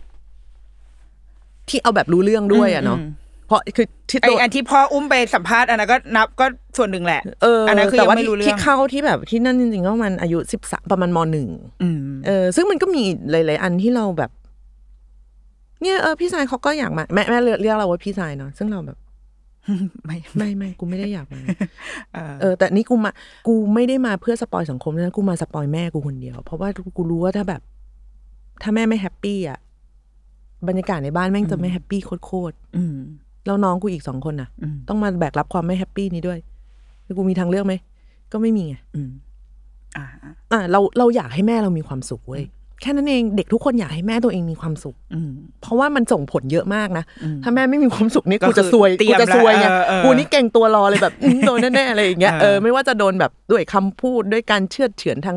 C: ที่เอาแบบรู้เรื่องด้วยอะเนาะ
B: ม
C: เพราะคือที่
B: ไอ
C: ตัว
B: อันที่พ่ออุ้มไปสัมภาษณ์อันนั้นก็นับก็ส่วนหนึ่งแหละ
C: เอออน
B: นั้นคือ
C: แต่
B: ยั
C: ว่า
B: งไม่รู้เรื่อง
C: ที่เข้าที่แบบที่นั่นจริงๆก็มันอายุสิบสามประมาณมหนึ่ง
B: อืม
C: เออซึ่งมันก็มีหลาย ๆ อันที่เราแบบ เนี่ยเออพี่ชายเขาก็อยากมาแม่แม่เรียกเรียกเราว่าพี่ชายเนาะซึ่งเราแบบ
B: ไม่
C: ไม่ไม่กูไม่ได้อยากมา
B: เออ
C: เออ แต่นี่กูมา กูไม่ได้มาเพื่อสปอยสังคมนะกูมาสปอยแม่กูคนเดียว เพราะว่ากูรู้ว่าถ้าแบบ ถ้าแม่ไม่แฮปปี้อ่ะบรรยากาศในบ้านแม่งจะไม่แฮปปี้โคตร
B: อืม
C: ๆแล้วน้องกูอีกสองคนน่ะ
B: อืม
C: ต้องมาแบกรับความไม่แฮปปี้นี้ด้วยแล้วกูมีทางเลือกไหมก็ไม่มีไง
B: อืมอ่าอ่า
C: อ่ะเราเราอยากให้แม่เรามีความสุขเว้ยแค่นั้นเองเด็กทุกคนอยากให้แม่ตัวเองมีความสุข
B: อืม
C: เพราะว่ามันส่งผลเยอะมากนะ
B: อืม
C: ถ้าแม่ไม่มีความสุขนี่
B: ก็
C: กู
B: คือ
C: จะซวย
B: เตรี
C: กู
B: ยม
C: จะซวยไง
B: แล้วเออเออ
C: กูนี่เก่งตัวรอเลยแบบ อื้อโดนแน่ๆอะไรอย่างเงี้ย
B: เออ
C: เออไม่ว่าจะโดนแบบด้วยคำพูดด้วยการเชื่อดเฉือนทาง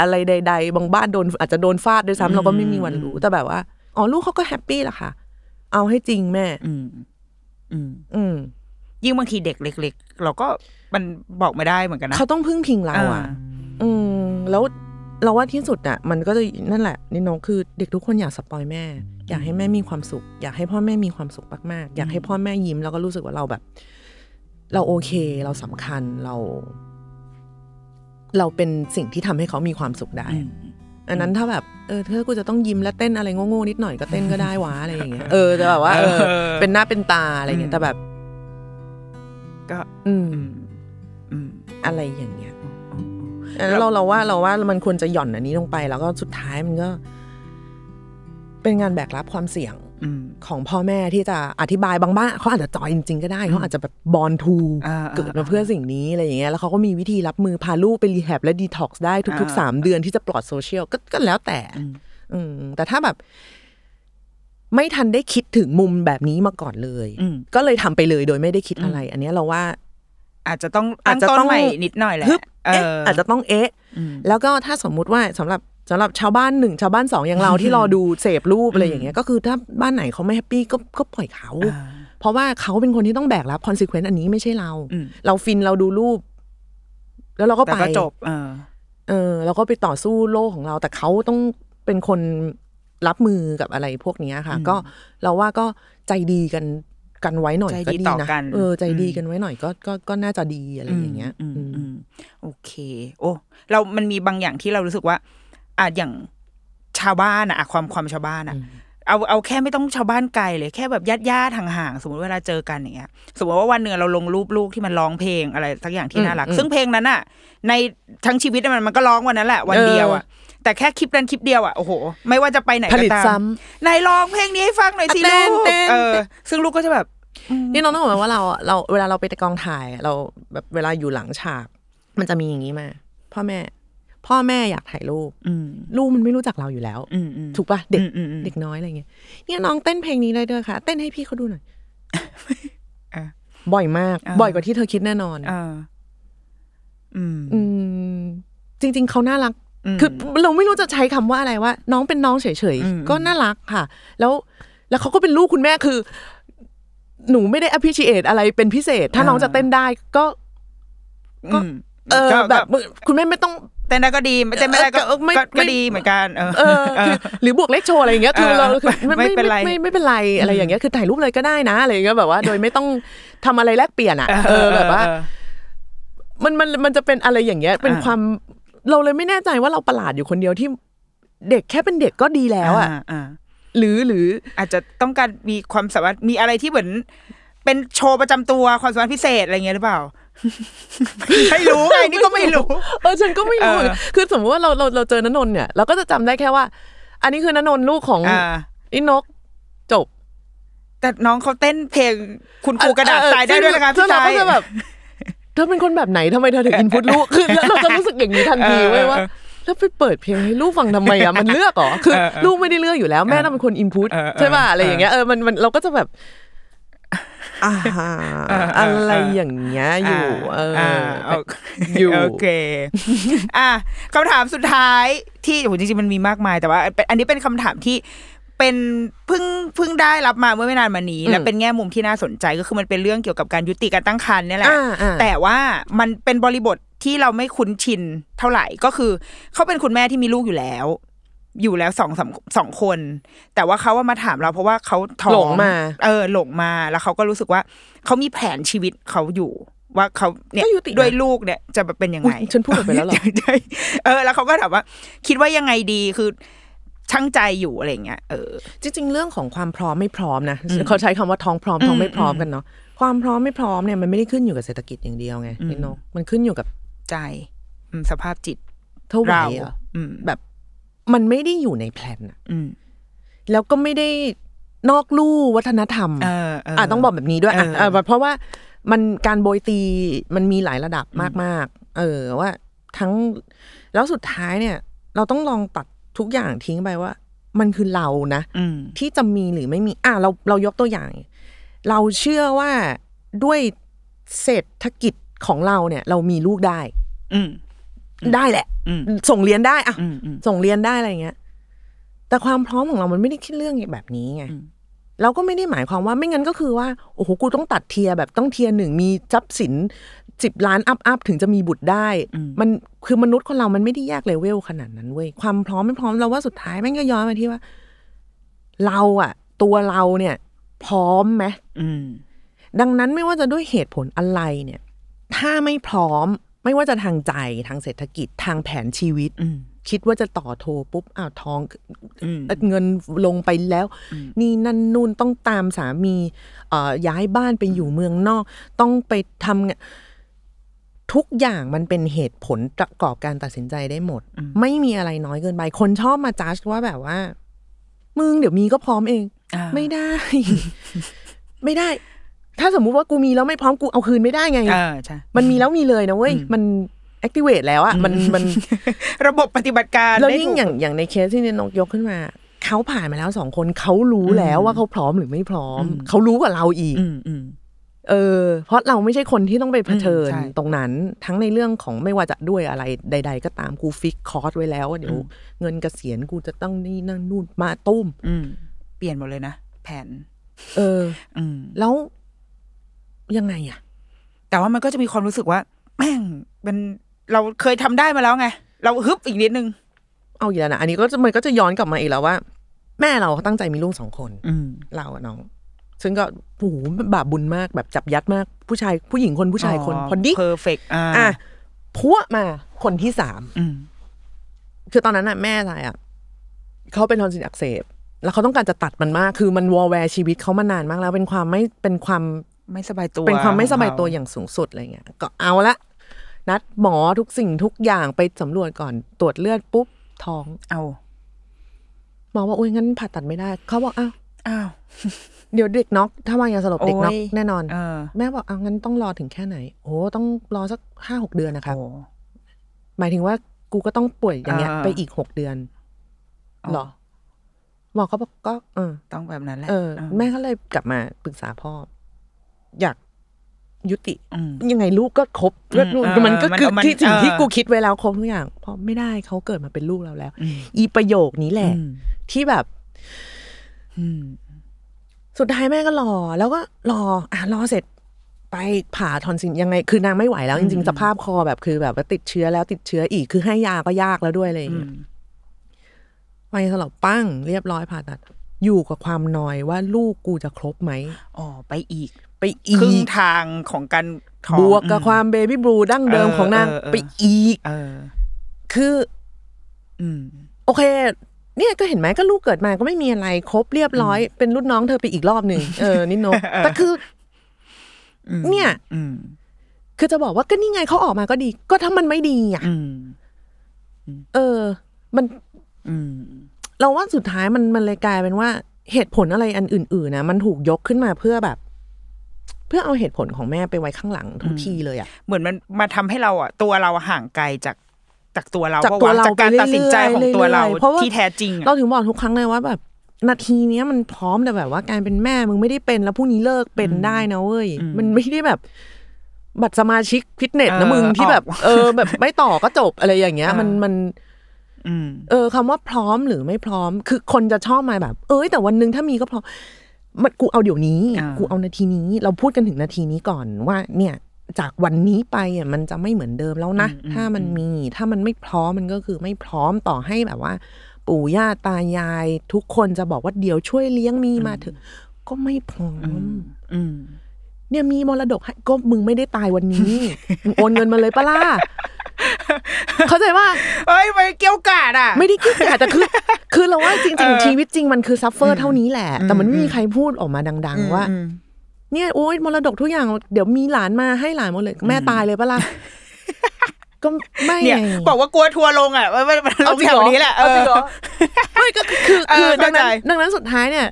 C: อะไรใด ๆ บางบ้านโดนอาจจะโดนฟาดด้วยซ้ำเราก็ไม่มีวันรู้แต่แบบว่าอ๋อลูกเขาก็แฮปปี้แหละค่ะ เอาให้จริงแม่
B: อืมอืม
C: อืม
B: ยิ่งบางทีเด็กเล็ก ๆ เราก็มันบอกไม่ได้เหมือนกันนะ
C: เขาต้องพึ่งพิงเราอ่ะ อืมแล้วเราว่าที่สุดอ่ะ มันก็จะนั่นแหละนี่น้องคือเด็กทุกคนอยากสปอยแม่ อยากให้แม่มีความสุข อยากให้พ่อแม่มีความสุขมากๆ อยากให้พ่อแม่ยิ้มแล้วก็รู้สึกว่าเราแบบ เราโอเค เราสำคัญเรา เราเป็นสิ่งที่ทำให้เขามีความสุขได้
B: อืม
C: อันนั้นถ้าแบบเออถ้ากูจะต้องยิ้มและเต้นอะไรโง่ๆนิดหน่อยก็เต้นก็ได้วะอะไรอย่างเงี้ยเออแต่แบบว่าเออ
B: เออ
C: เป็นหน้าเป็นตาอะไรอย่างเงี้ยแต่แบบ
B: ก็
C: อืม
B: อืมอืม
C: อะไรอย่างเงี้ย แล้วเราเราว่าเราว่ามันควรจะหย่อนอันนี้ลงไป แล้วก็สุดท้ายมันก็ เป็นงานแบกรับความเสี่ยง
B: อืม
C: ของพ่อแม่ที่จะอธิบายบางบ้านเขาอาจจะจอยจริง ๆ ก็ได้เขาอาจจะแบบบอลทู
B: อ่า
C: เกิดมาเพื่อสิ่งนี้อะไรอย่างเงี้ยแล้วเขาก็มีวิธีรับมือพาลูกไปรีแฮบและดีท็อกซ์ได้ทุก
B: อ่า
C: ๆสามเดือนที่จะปลอดโซเชียลก็ก็แล้วแต่
B: อืม
C: อืม แต่ถ้าแบบ ไม่ทันได้คิดถึงมุมแบบนี้มาก่อนเลย
B: อืม
C: ก็เลยทำไปเลยโดยไม่ได้คิดอะไร อันเนี้ยเราว่า
B: อาจจะต้อง
C: อาจจะ
B: ตั้
C: ต้อง
B: ใหม่นิดหน่อยแหละ
C: ฮึบ
B: เอ
C: เอ๊ะ
B: อ
C: อาจจะต้องเอ๊ะ
B: อืม
C: แล้วก็ถ้าสมมุติว่าสำหรับสำหรับชาวบ้านหนึ่งชาวบ้านสองอย่างเราที่รอดูเสพรูปอะไรอย่างเงี้ยก็คือถ้าบ้านไหนเขาไม่แฮปปี้ก็ก็ปล่อยเขา
B: อ่า
C: เพราะว่าเขาเป็นคนที่ต้องแบกรับคอนซ e เควนต์อันนี้ไม่ใช่เรา
B: อืม
C: เราฟินเราดูรูป แล้วเราก็
B: แต่
C: ไป
B: ก็จบ เออ
C: เออเราก็ไปต่อสู้โลกของเรา แต่เขาต้องเป็นคนรับมือกับอะไรพวกเนี้ยค่ะ
B: อืม
C: ก็เราว่าก็ใจดีกันกันไว้หน่อย
B: ใจ
C: ก็
B: ดี
C: ดี
B: ต่อ
C: นะ
B: กัน
C: เออใจดี
B: อืม
C: กันไว้หน่อยก็ก็ก็น่าจะดีอะไรอย่างเงี้ย
B: อืมอืม
C: อืม
B: อืมโอเค โอ้เรามันมีบางอย่างที่เรารู้สึกว่าอาจอย่างชาวบ้านอะอะความความชาวบ้านอะ
C: อืม
B: เอาเอาแค่ไม่ต้องชาวบ้านไกลเลยแค่แบบญาติญาติๆห่างๆสมมติเวลาเจอกันอย่างเงี้ย สมมติว่าวันหนึ่งเราลงรูปลูกที่มันร้องเพลงอะไรสักอย่างที่น่ารัก ซึ่งเพลงนั้นอะในทั้งชีวิตอะมันมันก็ร้องวันนั้นแหละวันเดียวอะแต่แค่คลิปนั้นคลิปเดียวอะโอ้โหไม่ว่าจะไปไหน
C: ผ
B: ก็
C: ลิต
B: ตาม
C: ซ้ำ
B: นายร้องเพลงนี้ให้ฟังหน่อยสิ
C: อ่ะเต้
B: ลู
C: น
B: ก
C: เต้น
B: เออ ซึ่งลูกก็จะแบบ
C: นี่น้องต้องบอกว่าเราอะเราเวลาเราไปตะกองถ่ายอะเราแบบเวลาอยู่หลังฉาก มันจะมีอย่างนี้มา พ่อแม่ พ่อแม่อยากถ่ายรูป
B: อืม
C: ลูกมันไม่รู้จักเราอยู่แล้ว
B: อืมอืม
C: ถูกปะเด็ก
B: อืมอืมอืม
C: เด็กน้อยอะไรเงี้ยเนี่ยน้องเต้นเพลงนี้ได้ด้วยค่ะ เต้นให้พี่เขาดูหน่อย
B: อ่ะ
C: บ่อยมาก
B: อ่า
C: บ่อยกว่าที่เธอคิดแน่นอน
B: เอออืม
C: อืม จริง ๆเขาน่ารัก
B: ม
C: คือเราไม่รู้จะใช้คำว่าอะไรว่า น้องเป็นน้องเฉย
B: อืม
C: ๆ ก็น่ารักค่ะ แล้วแล้วเขาก็เป็นลูกคุณแม่คือ หนูไม่ได้ appreciate อะไรเป็นพิเศษ ถ้าน้องจะเต้นได้ก็ ก็
B: อืม
C: เออ
B: ก็
C: แบบคุณแม่ไม่ต้อง
B: เต้นได้ก็ดีไม่เต้นไม่ได้ก็
C: เออก็ไม่
B: ก็
C: ไม่
B: ก็ดีเหมือนกัน เออ
C: เอ อคือหรือบวกเลขโชว์อะไรอย่างเงี้ยคือ
B: เออ
C: เราคือไม่
B: ไม่
C: ไม่
B: เป็นไร
C: ไม่ไม่เป็นไรอะไรอย่างเงี้ยคือถ่ายรูปเลยก็ได้นะอะไรอย่างเงี้ยแบบว่า โดยไม่ต้องทำอะไรแลกเปลี่ยนอ่ะเออแบบว่า มันมันมันจะเป็นอะไรอย่างเงี้ย เป็น
B: อ่า
C: ความเราเลยไม่แน่ใจว่าเราประหลาดอยู่คนเดียวที่เด็กแค่เป็นเด็กก็ดีแล้วอ่ะ
B: อ่า
C: หรือหรือ
B: อาจจะต้องการมีความสามารถมีอะไรที่เหมือน เป็นโชว์ประจำตัวความสามารถพิเศษอะไรเงี้ยหรือเปล่า ไม่รู้ไงนี่ก็ไม่รู้
C: เออฉันก็ไม่รู้เหมือนกันคือสมมติว่าเราเราเราเจอนนนท์เนี่ยเราก็จะจำได้แค่ว่า อันนี้คือนนนท์ลูกของ
B: อ่า
C: อินนกจบ
B: แต่น้องเขาเต้นเพลงคุณครูกระดาษ
C: เออ
B: ทรายได้ด้วยนะคะพี่
C: ซึ่งเรา
B: ชาย
C: ก็จะแบบเธอเป็นคนแบบไหนทำไมเธอถึงอินพุตลูกคือแล้วเราจะรู้สึกอย่างนี้ทันที
B: เออ
C: เว้ยว่า
B: เออ
C: แล้วไปเปิดเพลงให้ลูกฟังทำไมอะมันเลือกเหรอคือ
B: เออเออ
C: ลูกไม่ได้เลือกอยู่แล้วแม่ต้องเป็นคนอินพุต
B: เออเออ
C: ใช่ป่ะอะไรอย่างเงี้ยเออมันมันเราก็จะ แบบอ่าฮะ
B: เออเออเอออ
C: อะไรอย่างเงี้ยอยู่เอออ
B: โอเค
C: อยู่
B: โอเคอ่ะคำถามสุดท้ายที่โอ้โหจริงๆมันมีมากมายแต่ว่าเป็นอันนี้เป็นคำถามที่เป็นเพิ่งเพิ่งได้รับมาเมื่อไม่นานมานี้ และเป็นแง่มุมที่น่าสนใจก็คือมันเป็นเรื่องเกี่ยวกับการยุติการตั้งครรภ์เนี่ยแหละ
C: อ่าอ่า
B: แต่ว่ามันเป็นบริบทที่เราไม่คุ้นชินเท่าไหร่ก็คือ เขาเป็นคุณแม่ที่มีลูกอยู่แล้ว อยู่แล้วสองสามสองคน แต่ว่าเขาว่ามาถามเราเพราะว่าเขาท้อง
C: หลงมา
B: เออหลงมาแล้วเขาก็รู้สึกว่าเขามีแผนชีวิตเขาอยู่ ว่าเขาเนี่ย
C: ก็ยุตินะ
B: ด้วยลูกเนี่ยจะเป็นยังไง
C: อุ๊ยฉันพูดออกไปแล้วเหรอ
B: ใช่เออ แล้วเขาก็ถามว่า คิดว่ายังไงดีคือช่างใจอยู่อะไรอย่างเงี้ยเออ
C: จริงๆ เรื่องของความพร้อมไม่พร้อมนะเขาใช้คำว่าท้องพร้อมท้องไม่พร้อมกันเนาะความพร้อมไม่พร้อมเนี่ยมันไม่ได้ขึ้นอยู่กับเศรษฐกิจอย่างเดียวไงพี่นกมันขึ้นอยู่กับ
B: ใจอืมสภาพจิต
C: เท่าไหร่
B: เรา
C: อะ
B: อืม
C: แบบมันไม่ได้อยู่ในแผนอะ
B: อืม
C: แล้วก็ไม่ได้นอกลู่วัฒนธรรม
B: เออเอออ
C: อ่ะต้องบอกแบบนี้ด้วยอ่ะ
B: เออ
C: เออเพราะว่ามันการโบยตีมันมีหลายระดับมาก ๆ เออว่าทั้งแล้วสุดท้ายเนี่ย เราต้องลองตัดทุกอย่างทิ้งไปว่า มันคือเรานะ
B: อืม
C: ที่จะมีหรือไม่มี อ่ะเราเรายกตัวอย่าง เราเชื่อว่าด้วยเศรษฐกิจของเราเนี่ย เรามีลูกได้
B: อืม
C: ได้แหละ
B: อืม
C: ส่งเรียนได้อ่ะ
B: อืมอืม
C: ส่งเรียนได้อะไรอย่างเงี้ย แต่ความพร้อมของเรามันไม่ได้คิดเรื่องแบบนี้ไง
B: อืม
C: เราก็ไม่ได้หมายความว่าไม่งั้นก็คือว่า โอ้โห กูต้องตัดเทียร์แบบต้องเทียร์หนึ่งมีทรัพย์สินสิบล้านอัพอัพถึงจะมีบุตรได้ มันคือมนุษย์คนเรามันไม่ได้แยกเลเวลขนาดนั้นเว้ย ความพร้อมไม่พร้อมเราว่าสุดท้ายแม่งก็ย้อนมาที่ว่า เราอะตัวเราเนี่ย พร้อมไหม
B: อืม
C: ดังนั้นไม่ว่าจะด้วยเหตุผลอะไรเนี่ย ถ้าไม่พร้อมไม่ว่าจะทางใจทางเศรษฐกิจทางแผนชีวิต
B: อืม
C: คิดว่าจะต่อโทรปุ๊บอ้าวท้อง
B: อืม
C: เอ่อเงินลงไปแล้ว นี่นั่นนู่นต้องตามสามีเอ่อย้ายบ้านไปอยู่เมืองนอก ต้องไปทำงานทุกอย่างมันเป็นเหตุผลประกอบการตัดสินใจได้หมด ไม่มีอะไรน้อยเกินไป คนชอบมาจ้าว่าแบบว่า มึงเดี๋ยวมีก็พร้อมเอง
B: อ่า
C: ไม่ ได้ ไม่ได้ ถ้าสมมุติว่ากูมีแล้วไม่พร้อมกูเอาคืนไม่ได้ไง
B: เออใช่
C: มันมีแล้วมีเลยนะเว้ยมัน activate แล้วอะมันมัน
B: ระบบปฏิบัติการ
C: แล้ว
B: ได้
C: ยิ่ง
B: ถูก
C: อย่างอย่างในเคสที่เนนกยกขึ้นมา เขาผ่านมาแล้วสองคนเขารู้แล้วว่าเขาพร้อมหรือไม่พร้อม
B: อืม
C: เขารู้กว่าเราอีก
B: อืมอืม
C: เออ เพราะเราไม่ใช่คนที่ต้องไปเผชิญ
B: อืมใช่
C: ตรงนั้น ทั้งในเรื่องของไม่ว่าจะด้วยอะไรใด ๆ ก็ตามกูฟิกคอร์สไว้แล้วว่าเดี๋ยวเงินเกษียณกูจะต้องนี่นั่นนู่นมาตุ้ม
B: อืม เปลี่ยนหมดเลยนะ แผน
C: เออ
B: อืม
C: แล้วยังไงอะ
B: แต่ว่ามันก็จะมีความรู้สึกว่า แม่งมันเราเคยทำได้มาแล้วไง เราฮึบอีกนิดนึง
C: เอาอีกแล้วนะอันนี้ก็จะมันก็จะย้อนกลับมาอีกแล้วว่า แม่เราตั้งใจมีลูกสองคน
B: อืม
C: เราอะน้อง ซึ่งก็โอ้โหบาปบุญมากแบบจับยัดมาก ผู้ชายผู้หญิงคนผู้ชายคนพอดี
B: เพอร์เฟกอ่า
C: อ่ะพัวมาคนที่สาม
B: อืม
C: คือตอนนั้นน่ะแม่ทรายอ่ะเขาเป็นทอนซิลอักเสบ แล้วเขาต้องการจะตัดมันมาก คือมันวอลแวร์ชีวิตเขามานานมากแล้ว เป็นความไม่เป็นความ
B: ไม่สบายตัว
C: เป็นความไม่สบายตัว
B: ขอ
C: อง
B: เร
C: ย่างสูงสุดอะไรเงี้ย ก็เอาละ นัดหมอทุกสิ่งทุกอย่างไปสำรวจก่อนตรวจเลือดปุ๊บท้อง
B: เอา
C: หมอว่าโอ้ยงั้นผ่าตัดไม่ได้ เขาบอกอ้าว
B: อ้าว
C: เดี๋ยวเด็กน็อกถ้าวางยาสลบเด็กน็อก
B: โอ้ย
C: แน่นอน
B: เออ
C: แม่บอกเอางั้นต้องรอถึงแค่ไหน โอ้ต้องรอสักห้าหกเดือนนะคะ
B: โอ้
C: หมายถึงว่ากูก็ต้องป่วยอย่างเงี้ย
B: อ่า
C: ไปอีกหกเดือนเหรอหมอเขาบอกก็เออ
B: ต้องแบบนั้นแหละ
C: เออ แม่ก็เลยกลับมาปรึกษาพ่อ อยากยุติ
B: อืม
C: ยังไงลูกก็ครบ
B: อืม
C: ลูก
B: เออ
C: มันก็
B: มัน
C: คือ
B: มัน
C: ที่สิ่ง
B: เออ
C: ที่กูคิดไว้แล้วครบทุกอย่างพ่อไม่ได้เขาเกิดมาเป็นลูกเราแล้ว
B: อืม
C: อีประโยคนี้แหละ ที่แบบ
B: อืม
C: สุดท้ายแม่ก็รอ แล้วก็รอ อ่ะรอเสร็จ ไปผ่าทอนซิลยังไง คือนางไม่ไหวแล้ว จริง ๆ สภาพคอแบบคือแบบว่าติดเชื้อแล้วติดเชื้ออีกคือให้ยาก็ยากแล้วด้วยอะไรอย่างเงี้ยวันสลับปั้งเรียบร้อยผ่าตัด อยู่กับความนอยว่าลูกกูจะครบไหม
B: อ๋อไปอีก
C: ไปอี
B: ครึ่ง
C: ก
B: ทางของการถอน
C: บวกกับความเบบี้บลูดั้งเดิม
B: เออ
C: ของนาง
B: เออเออ
C: ไปอีก
B: เออ
C: คือ
B: อืม
C: โอเค เนี่ยก็เห็นไหมก็ลูกเกิดมาก็ไม่มีอะไรครบเรียบร้อย เป็นรุ่นน้องเธอไปอีกรอบหนึ่งเออนิดนกแต่คือ
B: อืม
C: เนี่ย
B: อืม
C: คือจะบอกว่าก็นี่ไงเขาออกมาก็ดี ก็ถ้ามันไม่ดีอ่ะ
B: อืม
C: เออ มัน
B: อืม
C: เราว่าสุดท้ายมันมันเลยกลายเป็นว่าเหตุผลอะไรอันอื่นๆนะมันถูกยกขึ้นมาเพื่อแบบ เพื่อเอาเหตุผลของแม่ไปไว้ข้างหลังทุกทีเลยอะ
B: เหมือนมันมาทำให้เราอ่ะ ตัวเราห่างไกลจาก จากตัวเรา
C: จากตัวเรา
B: ปะะจากการตัดสินใจของตัวเรา
C: ไปรื่อยๆพะว่
B: ที่แท้จริงอะ
C: เราถึงบอกทุกครั้งเลยว่าแบบนาทีเนี้ยมันพร้อมแต่แบบว่าการเป็นแม่มึงไม่ได้เป็นแล้วพรุ่งนี้เลิกเป็นได้นะเว้ยมันไม่ได้แบบ บัตรสมาชิกฟิตเนสนะ
B: เออ
C: มึงที่แบบ
B: ออก
C: เออ แบบไม่ต่อก็จบอะไรอย่างเงี้ย
B: เออ
C: มันมัน
B: อืม
C: เออคำว่าพร้อมหรือไม่พร้อม คือคนจะชอบมาแบบ เอ้ยแต่วันหนึ่งถ้ามีก็พร้อมมันกูเอาเดี๋ยวนี้
B: อ่ากู
C: กูเอานาทีนี้ เราพูดกันถึงนาทีนี้ก่อนว่า เนี่ย จากวันนี้ไปอ่ะมันจะไม่เหมือนเดิมแล้วนะ ถ้ามันมี ถ้ามันไม่พร้อมมันก็คือไม่พร้อมต่อให้แบบว่า ปู่ย่าตายาย ทุกคนจะบอกว่าเดี๋ยวช่วยเลี้ยงมีมาเถอะก็ไม่พร้อม
B: อืม
C: เนี่ยมีมรดกให้ก็มึงไม่ได้ตายวันนี้ มึงโอนเงินมาเลยปะล่ะเข้าใจว่า
B: เอ้ยไปเกี่ยวกาดอ่ะ
C: ไม่ได้คิดแต่แต่คือ คือเราว่าจริง
B: เออ
C: ๆชีวิตจริงมันคือซัฟเฟอร์เท่านี้แหละ แต่มันไม่มีใครพูดออกมาดัง ๆ ว่า เนี่ยโอ๊ยมรดกทุกอย่าง เดี๋ยวมีหลานมาให้หลานหมดเลย แม่ตายเลยปะล่ะ ก็ไม่
B: เนี่ย
C: ไง
B: บอกว่ากลัวทัวร์ลงอ่ะมันมันล
C: เอา
B: ง
C: จริง
B: แถ
C: เหร
B: ว
C: อ
B: นี้แหละ
C: เอาจริงเหรอไม่ก็คือ
B: เออ
C: คือดั
B: เข้าง ใจ
C: นั้นดังนั้นสุดท้ายเนี่ย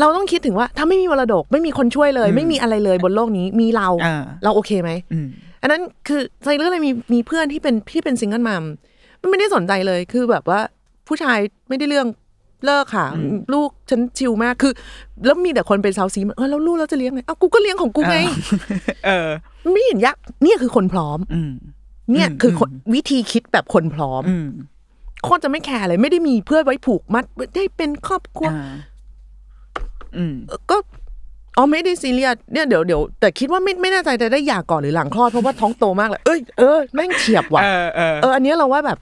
C: เราต้องคิดถึงว่า ถ้าไม่มีมรดกไม่มีคนช่วยเลย ไม่มีอะไรเลยบนโลกนี้มีเรา
B: เออ
C: เราโอเคไหม
B: อืม
C: อันนั้นคือใจเรื่องอะไรมีมีเพื่อนที่เป็นที่เป็นซิงเกิลมัมมันไม่ได้สนใจเลยคือแบบว่าผู้ชายไม่ได้เรื่องเลิกค่ะ ลูกฉันชิลมากคือ แล้วมีแต่คนเป็นสาวซีมันเออแล้วลูกเราจะเลี้ยงไงเอ้ากูก็เลี้ยงของกูไง
B: อ่า เออ
C: มันไม่เห็นยากเนี่ยคือคนพร้อม
B: อืม
C: เนี่ย
B: อืม
C: คือคนวิธีคิดแบบคนพร้อม
B: อืม
C: โคตรจะไม่แคร์เลยไม่ได้มีเพื่อไว้ผูกมัดได้เป็นครอบครัว
B: อ่าอืม
C: ก็อ๋อไม่ได้ซีเรียสเนี่ยเดี๋ยวเดี๋ยวแต่คิดว่าไม่ไม่แน่ใจจะได้หย่าก่อนหรือหลังคลอดเพราะว่าท้องโตมากเลยเอ้ยเออแม่งเฉียบว่ะ
B: เออเออ
C: เอออันเนี้ยเราว่าแบบ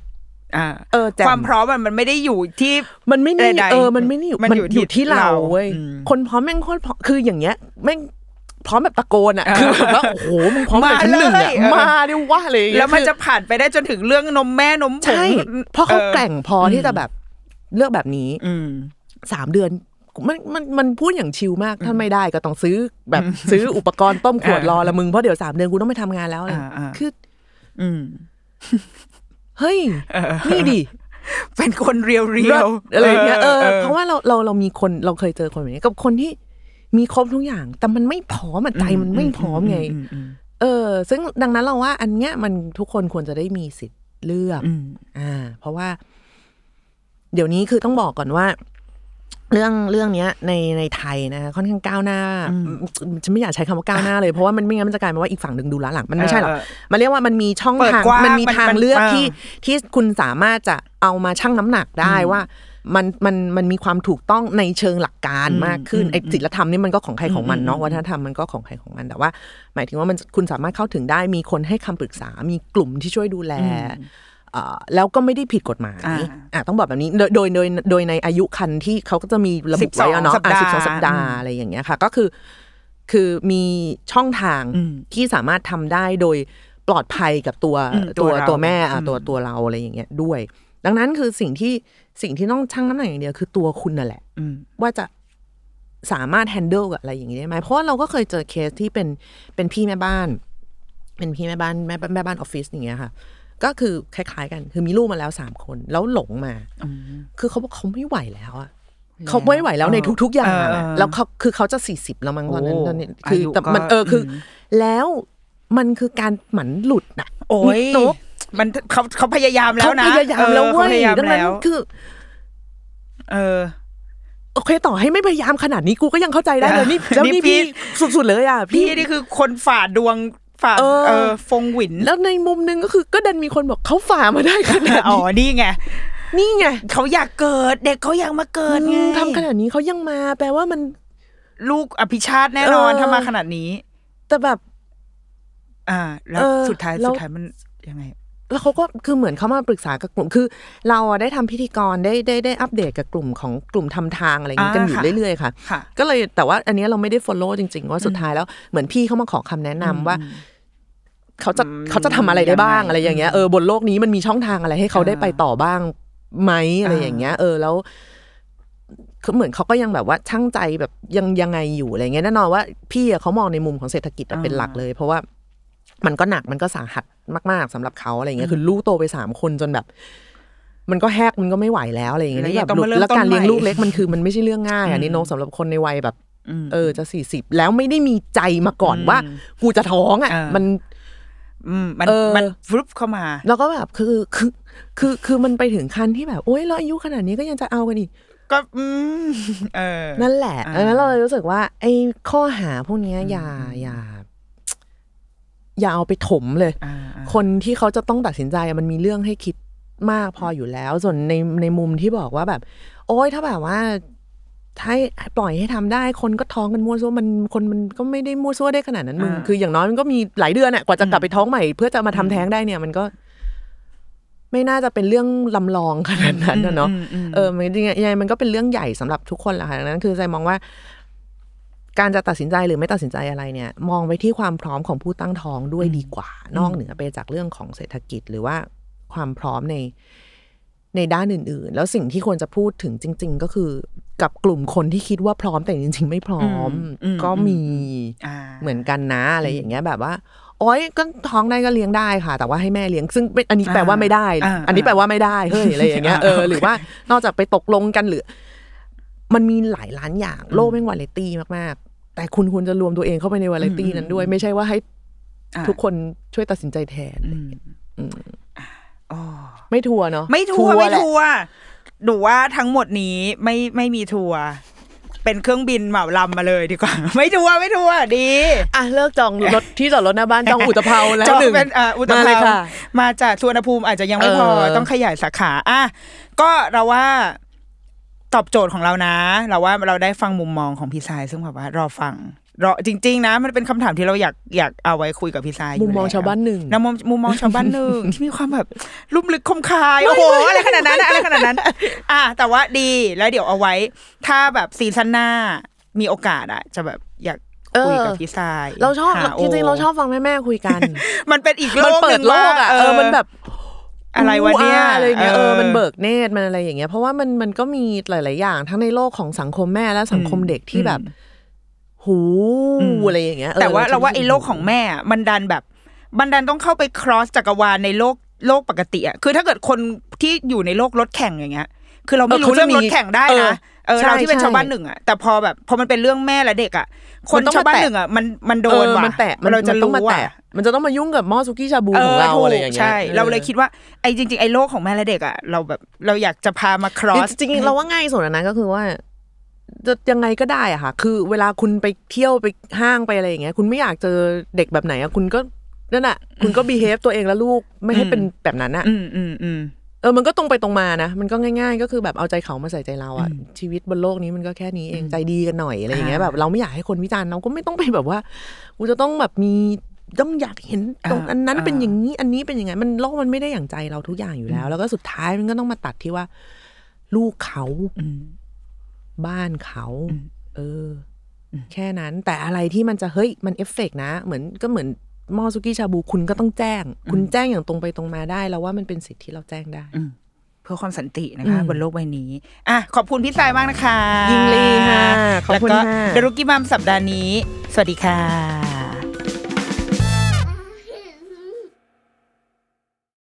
B: อ่า
C: เออแจ่ม
B: ความพร้อมมันมันไม่ได้อยู่ที่
C: มันไม่ได้
B: ใดๆ
C: เออ มันไม่ได้อยู่
B: มันอยู่ที่เรา
C: เว้ย
B: อืม
C: คนพร้อมแม่งโคตรพร้อมคืออย่างเงี้ยแม่งพร้อมแบบตะโกนอ่ะ คือแบบว่าโอ้โห มึงพร้อมแบบ
B: มา
C: ชั้นหนึ่งอ่ะ
B: เลยเออ
C: มาดิวะอะไรอย่างเลย
B: แล้วมัน
C: คือ
B: จะผ่านไปได้จนถึงเรื่องนมแม่นมผ
C: ใช่
B: ง
C: เพราะเขา
B: ออ
C: แกร่งพอที่จะแบบเลือกแบบนี้
B: อืม
C: สามเดือน มันมันมันพูดอย่างชิลมาก ถ้าไม่ได้ก็ต้องซื้อแบบซื้ออุปกรณ์ต้มขวด
B: อ่าร
C: รอละมึง เพราะเดี๋ยวสามเดือนกูต้องไปทำงานแล้วอะไร
B: อ่าอ่า
C: คือ
B: อืม
C: เฮ้ยนี่ดิ
B: เป็นคนเรียวเรี
C: เลิ
B: ยว
C: ศอะไรเงี้ยเออเพราะว่าเราเราเรามีคนเราเคยเจอคนแบบนี้กับคนที่มีครบทุกอย่าง แต่มันไม่พร้อมอะใจมันไม่พร้อมไง เออ ซึ่งดังนั้นเราว่า อันเนี้ยมันทุกคนควรจะได้มีสิทธิ์เลือก
B: อืม
C: อ่า เพราะว่า เดี๋ยวนี้คือต้องบอกก่อนว่า เรื่องเรื่องเนี้ย ในในไทยนะคะค่อนข้างก้าวหน้าฉันไม่อยากใช้คำว่าก้าวหน้าเลยเพราะว่ามันไม่งั้นมันจะกลายเป็นว่าอีกฝั่งหนึ่งดูล้าหลังมันไม่ใช่หรอก
B: เออเอ
C: มันเรียกว่ามันมีช่อง
B: เปิด
C: ทาง
B: กว้าง
C: มันมี
B: มัน
C: ทาง
B: มัน
C: เลือก
B: เออ
C: ที่ ที่คุณสามารถจะเอามาชั่งน้ำหนักได้ว่า มันมันมันมีความถูกต้องในเชิงหลักการมากขึ้นไอ้ศีลธรรมนี่มันก็ของใครของมันเนาะวัฒนธรรมมันก็ของใครของมันแต่ว่า หมายถึงว่ามันคุณสามารถเข้าถึงได้มีคนให้คำปรึกษา มีกลุ่มที่ช่วยดูแลเอ่อแล้วก็ไม่ได้ผิดกฎหมาย
B: อ่า
C: อ่ะต้องบอกแบบนี้โดยโดยโดยโดยในอายุคันที่เขาก็จะมีระบุไว้อะเนาะ
B: 12สัปดาห์
C: สิบสองสัปดาห์อะไรอย่างเงี้ยค่ะ ก็คือ คือมีช่องทาง
B: อืม
C: ที่สามารถทำได้โดยปลอดภัยกับตัว
B: อืมตั
C: ตัวว
B: เรา
C: ตัวแม่อ่ะตัวตัวเราอะไรอย่างเงี้ยด้วย ดังนั้นคือสิ่งที่สิ่งที่ต้องชั่งน้ำหนักอย่างเดียวคือตัวคุณนั่นแหละ
B: อืม
C: ว่าจะสามารถแฮนเดิลกับอะไรอย่างนี้ได้ไหม เพราะว่าเราก็เคยเจอเคสที่เป็นเป็นพี่แม่บ้าน เป็นพี่แม่บ้านแม่แม่บ้านออฟฟิศอย่างเงี้ยค่ะ ก็คือคล้าย ๆ กัน คือมีลูกมาแล้วสามคน แล้วหลงมา คือเขาบอกเขาไม่ไหวแล้วอะเขาไม่ไหวแล้วในทุก ๆ อย่าง
B: เออ
C: อะ
B: เออ
C: แล้วเขาคือเขาจะสี่สิบแล้วมั้งตอนนั้น
B: โอ้
C: ตอนนี้คืออา
B: ยุ
C: แต่มัน
B: ก็
C: เออคืออ
B: ม
C: แล้วมันคือการหมันหลุดน่ะ
B: โอ้ย
C: นิดนุ๊ก
B: มันเขาเขาพยายามแล้
C: เขา
B: วนะ
C: พยายามแล้วเว้
B: อ
C: ย
B: อขพยายาม
C: ดังนั้น
B: แล้ว
C: คือ
B: เออ
C: โอเคต่อให้ไม่พยายามขนาดนี้กูก็ยังเข้าใจได้เลยนี่
B: เออ
C: แล้ว
B: นี่
C: นี่
B: พี่
C: พี่สุดๆเลยอ่ะ
B: พี่นี่คือคนฝ่าดวงฝ่า
C: เออ
B: เออฟงหวิน
C: แล้วในมุมหนึงก็คือก็ดันมีคนบอกเขาฝ่ามาได้ขนาด
B: อ๋อ
C: นี้
B: นี่ไง
C: นี่ไง
B: เขาอยากเกิด เด็กเขาอยากมาเกิดไง
C: ทำขนาดนี้เขายังมา แปลว่ามัน
B: ลูกอภิชาติแน่นอน
C: เออ
B: ถ้ามาขนาดนี้
C: แต่แบบ
B: อ่า แล้ว
C: เออ
B: สุดท้าย
C: แล้ว
B: สุดท้ายมันยังไง
C: แล้วเขาก็คือเหมือนเขามาปรึกษากับกลุ่มคือ เราอะได้ทำพิธีกรได้ได้ได้อัปเดตกับกลุ่มของกลุ่มทำทางอะไรอย่างนี้กัน
B: อ่า
C: อยู่
B: ค่ะ
C: เรื่อยๆค่ะ
B: ค่ะ
C: ก็เลยแต่ว่าอันเนี้ยเราไม่ได้ follow จริง ๆ ว่าสุดท้ายแล้วเหมือนพี่เขามาขอคำแนะนำว่า เขาจะ
B: อืม
C: เขาจะทำอะไรได้บ้าง
B: ยังไง
C: อะไรอย่างเงี้ยเออบนโลกนี้มันมีช่องทางอะไรให้เขาได้ไปต่อบ้างไหมอะไรอย่างเงี้ย เออแล้วคือเหมือนเขาก็ยังแบบว่าช่างใจแบบยังยังไงอยู่อะไรเงี้ยแน่นอนว่าพี่อะเขามองในมุมของเศรษฐกิจอะ
B: อ่า
C: เป็นหลักเลย เพราะว่ามันก็หนักมันก็สาหัสมาก ๆสำหรับเขาอะไรเงี้ยคือลูกโตไปสามคนจนแบบ มันก็แฮกมันก็ไม่ไหวแล้วอะไรอย่างเงี้ย
B: แล้ว
C: ที่
B: ยั
C: แบ
B: ง
C: บ
B: ต้องมาเริ่ม
C: แล้ว
B: ต้น
C: การเลี้ยง
B: ใหม่
C: ลูกเล็ก มันคือมันไม่ใช่เรื่องง่ายอันนี้น้องสำหรับคนในวัยแบบ
B: อืม
C: เออจะสี่สิบแล้วไม่ได้มีใจมาก่อนว่า กูจะท้อง
B: เออ
C: อ่ะ มัน
B: อืมมัน
C: เออ
B: มันฟลุปเข้ามา
C: แล้วก็แบบคือคือคือคือมันไปถึงขั้นที่แบบโอ๊ยเราอายุขนาดนี้ก็ยังจะเอากันอีก
B: ก็อืมเออ
C: นั่นแหละ
B: อ่า
C: ดังนั้นเราเลยรู้สึกว่าไอ้ข้อหาพวกเนี้ยอย่าอย่า อย่าเอาไปถมเลย
B: อ่าอ่า
C: คนที่เขาจะต้องตัดสินใจอะมันมีเรื่องให้คิดมากพออยู่แล้ว ส่วนในในมุมที่บอกว่าแบบ โอ๊ยถ้าแบบว่าถ้าปล่อยให้ทำได้ คนก็ท้องกันมั่วซั่วมันคนมันก็ไม่ได้มั่วซั่วได้ขนาดนั้นมึง
B: อ่า
C: คืออย่างน้อยมันก็มีหลายเดือนอะกว่าจะกลับไปท้องใหม่ เพื่อจะมาทำแท้งได้เนี่ย มันก็ ไม่น่าจะเป็นเรื่องลำลองขนาดนั้นนะเนาะ
B: อืมอืมอืม
C: เออมันจริงๆยังไงมันก็เป็นเรื่องใหญ่สำหรับทุกคนแหละค่ะดังนั้นคือใจมองว่า การจะตัดสินใจหรือไม่ตัดสินใจอะไรเนี่ย มองไปที่ความพร้อมของผู้ตั้งท้องด้วยดีกว่า นอกเหนือไปจากเรื่องของเศรษฐกิจหรือว่าความพร้อมในในด้านอื่น ๆ แล้วสิ่งที่ควรจะพูดถึงจริง ๆ ก็คือกับกลุ่มคนที่คิดว่าพร้อมแต่จริง ๆ ไม่พร้อม
B: อืมอืม
C: ก็มี
B: อ่า
C: เหมือนกันนะอะไรอย่างเงี้ยแบบว่า โอ๊ยก็ท้องได้ก็เลี้ยงได้ค่ะ แต่ว่าให้แม่เลี้ยงซึ่งเป็นอันนี้แปลว่าไม่ได้
B: อ่า
C: อันนี้แปลว่าไม่ได้เฮ้ยอะไรอย่างเงี้ยเอ อ
B: อ่า
C: หรือว่านอกจากไปตกลงกันหรือ มันมีหลายล้านอย่างโลกแม่งวาเลตี้มาก ๆ แต่คุณควรจะรวมตัวเองเข้าไปในวาเลตี้นั้นด้วย ไม่ใช่ว่าให้
B: อ่า
C: ทุกคนช่วยตัดสินใจแทน
B: อืม
C: อืม
B: อ๋อ
C: ไม่ทัวร์เนาะ
B: ไม่ทัวร์
C: ร์
B: ไม่
C: แหละ
B: ทัวร์หนูว่าทั้งหมดนี้ไม่ไม่มีทัวร์เป็นเครื่องบินเหมาลำมาเลยดีกว่า ไม่ทัวร์ไม่ทัวร์ดี
C: อ่ะเลิกจองรถที่จอดรถหน้า บ้านจองอุตภาวแล้ว
B: จอง
C: หนึ่ง
B: เป็นเอ่ออุต
C: มาเล
B: ภาย
C: ค่ะ
B: วมาจากสุวรรณภูมิอาจจะยังไม่พอ
C: เออ
B: ต้องขยายสาขาอ่ะก็เราว่าตอบโจทย์ของเรานะ เราว่าเราได้ฟังมุมมองของพี่สายซึ่งแบบว่ารอฟังรอจริง ๆ นะ มันเป็นคำถามที่เราอยากอยากเอาไว้คุยกับพี่สายยู่
C: มุมมอง
B: แล้ว
C: ชาวบ้านหนึ่ง
B: นะมุมมุมมองชาวบ้านห นึ่ง ที่มีความแบบลุ่มลึกคมคาย โอ้โห อะไรขนาดนั้นอะอะไรขนาด นั้น อ่ะแต่ว่าดีแล้วเดี๋ยวเอาไว้ ถ้าแบบซีซั่นหน้ามีโอกาสอะจะแบบอยากคุยกับ
C: เออ
B: พี่ทราย
C: เราชอบ
B: หโ
C: จริงๆเราชอบฟังแม่ๆคุยกัน
B: มันเป็นอีกโล
C: มัน
B: กห
C: เปิ
B: นึ่
C: ด
B: ง
C: โลกอ่ะ
B: ว่า
C: เออมันแบบ
B: อะไรวะเนี่ย
C: าอะไรเงี้ยเออมันเบิกเนตรมันอะไรอย่างเงี้ยเพราะว่ามันมันก็มีหลาย ๆ อย่าง ทั้งในโลกของสังคมแม่และสังคมเด็กที่แบบหู
B: อืม
C: อะไรอย่างเงี้ยออ
B: แต่ว่า
C: จะ
B: เราว่าไอ้โลกของแม่อะมันดันแบบ มันดันต้องเข้าไป cross จักรวาลในโลกโลกปกติอะคือถ้าเกิดคนที่อยู่ในโลกรถแข่งอย่างเงี้ย คือเราไม่รู้เรื่องรถแข่งได้นะเออ
C: ใ
B: เราที่เป็น
C: ใ
B: ชาวบ้านหนึ่งอะแต่พอแบบพอมันเป็นเรื่องแม่และเด็กอะคน
C: มันต้อง
B: ชาวบ้าน
C: มาแตะ
B: หนึ่งอะมันมันโด
C: เออน
B: ว่ะ
C: มันแตะมัน
B: เราจะ
C: มันต้อง
B: รู้
C: มา
B: ว่า
C: แตะมันจะต้องมายุ่งกับหม้อซุกี้ชาบูของเรา
B: ถูก
C: อะไรอย่างเงี้ย
B: ใช่ เราเลย
C: ออ
B: คิดว่าไอ้จริง ๆ ไอ้โลกของแม่และเด็กอะเราแบบเราอยากจะพามา cross
C: จริงๆเราว่าง่ายสุดอันนั้นก็คือว่าจะยังไงก็ได้อะค่ะ คือเวลาคุณไปเที่ยวไปห้างไปอะไรอย่างเงี้ย คุณไม่อยากเจอเด็กแบบไหนอะคุณก็นั่นอะคุณก็บีเฮฟตัวเองและลูกไม่ให้เป็นแบบนั้นอะ
B: อืมอืมอืม
C: เออมันก็ตรงไปตรงมานะมันก็ง่าย ๆ ก็คือแบบเอาใจเขามาใส่ใจเราอะชีวิตบนโลกนี้มันก็แค่นี้เองใจดีกันหน่อยอะไรอย่างเงี้ย
B: อ่า
C: แบบเราไม่อยากให้คนวิจารณ์เราก็ไม่ต้องไปแบบว่ากูจะต้องแบบมีต้องอยากเห็นตรง
B: อ่า
C: อันนั้นเป็น
B: อ่า
C: อย่างนี้อันนี้เป็นอย่างไงมันโลกมันไม่ได้อย่างใจเราทุกอย่างอยู่แล้ว แล้วก็สุดท้ายมันก็ต้องมาตัดที่ว่า ลูกเขา
B: อืม
C: บ้านเขา
B: อืม
C: เอออ
B: ม
C: แค่นั้น แต่อะไรที่มันจะเฮ้ยมันเอฟเฟกต์นะ เหมือนก็เหมือนหมอซุกี้ชาบูคุณก็ต้องแจ้ง คุณแจ้งอย่างตรงไปตรงมาได้ แล้วว่ามันเป็นสิทธิ์ที่เราแจ้งได้
B: อืมเพื่อความสันตินะคะ
C: อืม
B: บนโลกใบนี้อ่ะขอบคุณพี่สายมากนะคะ
C: ยินดีค่ะขอบคุณ
B: แล้วก็
C: ค่ะ
B: เดรุกิมัมสัปดาห์นี้ สวัสดีค่ะ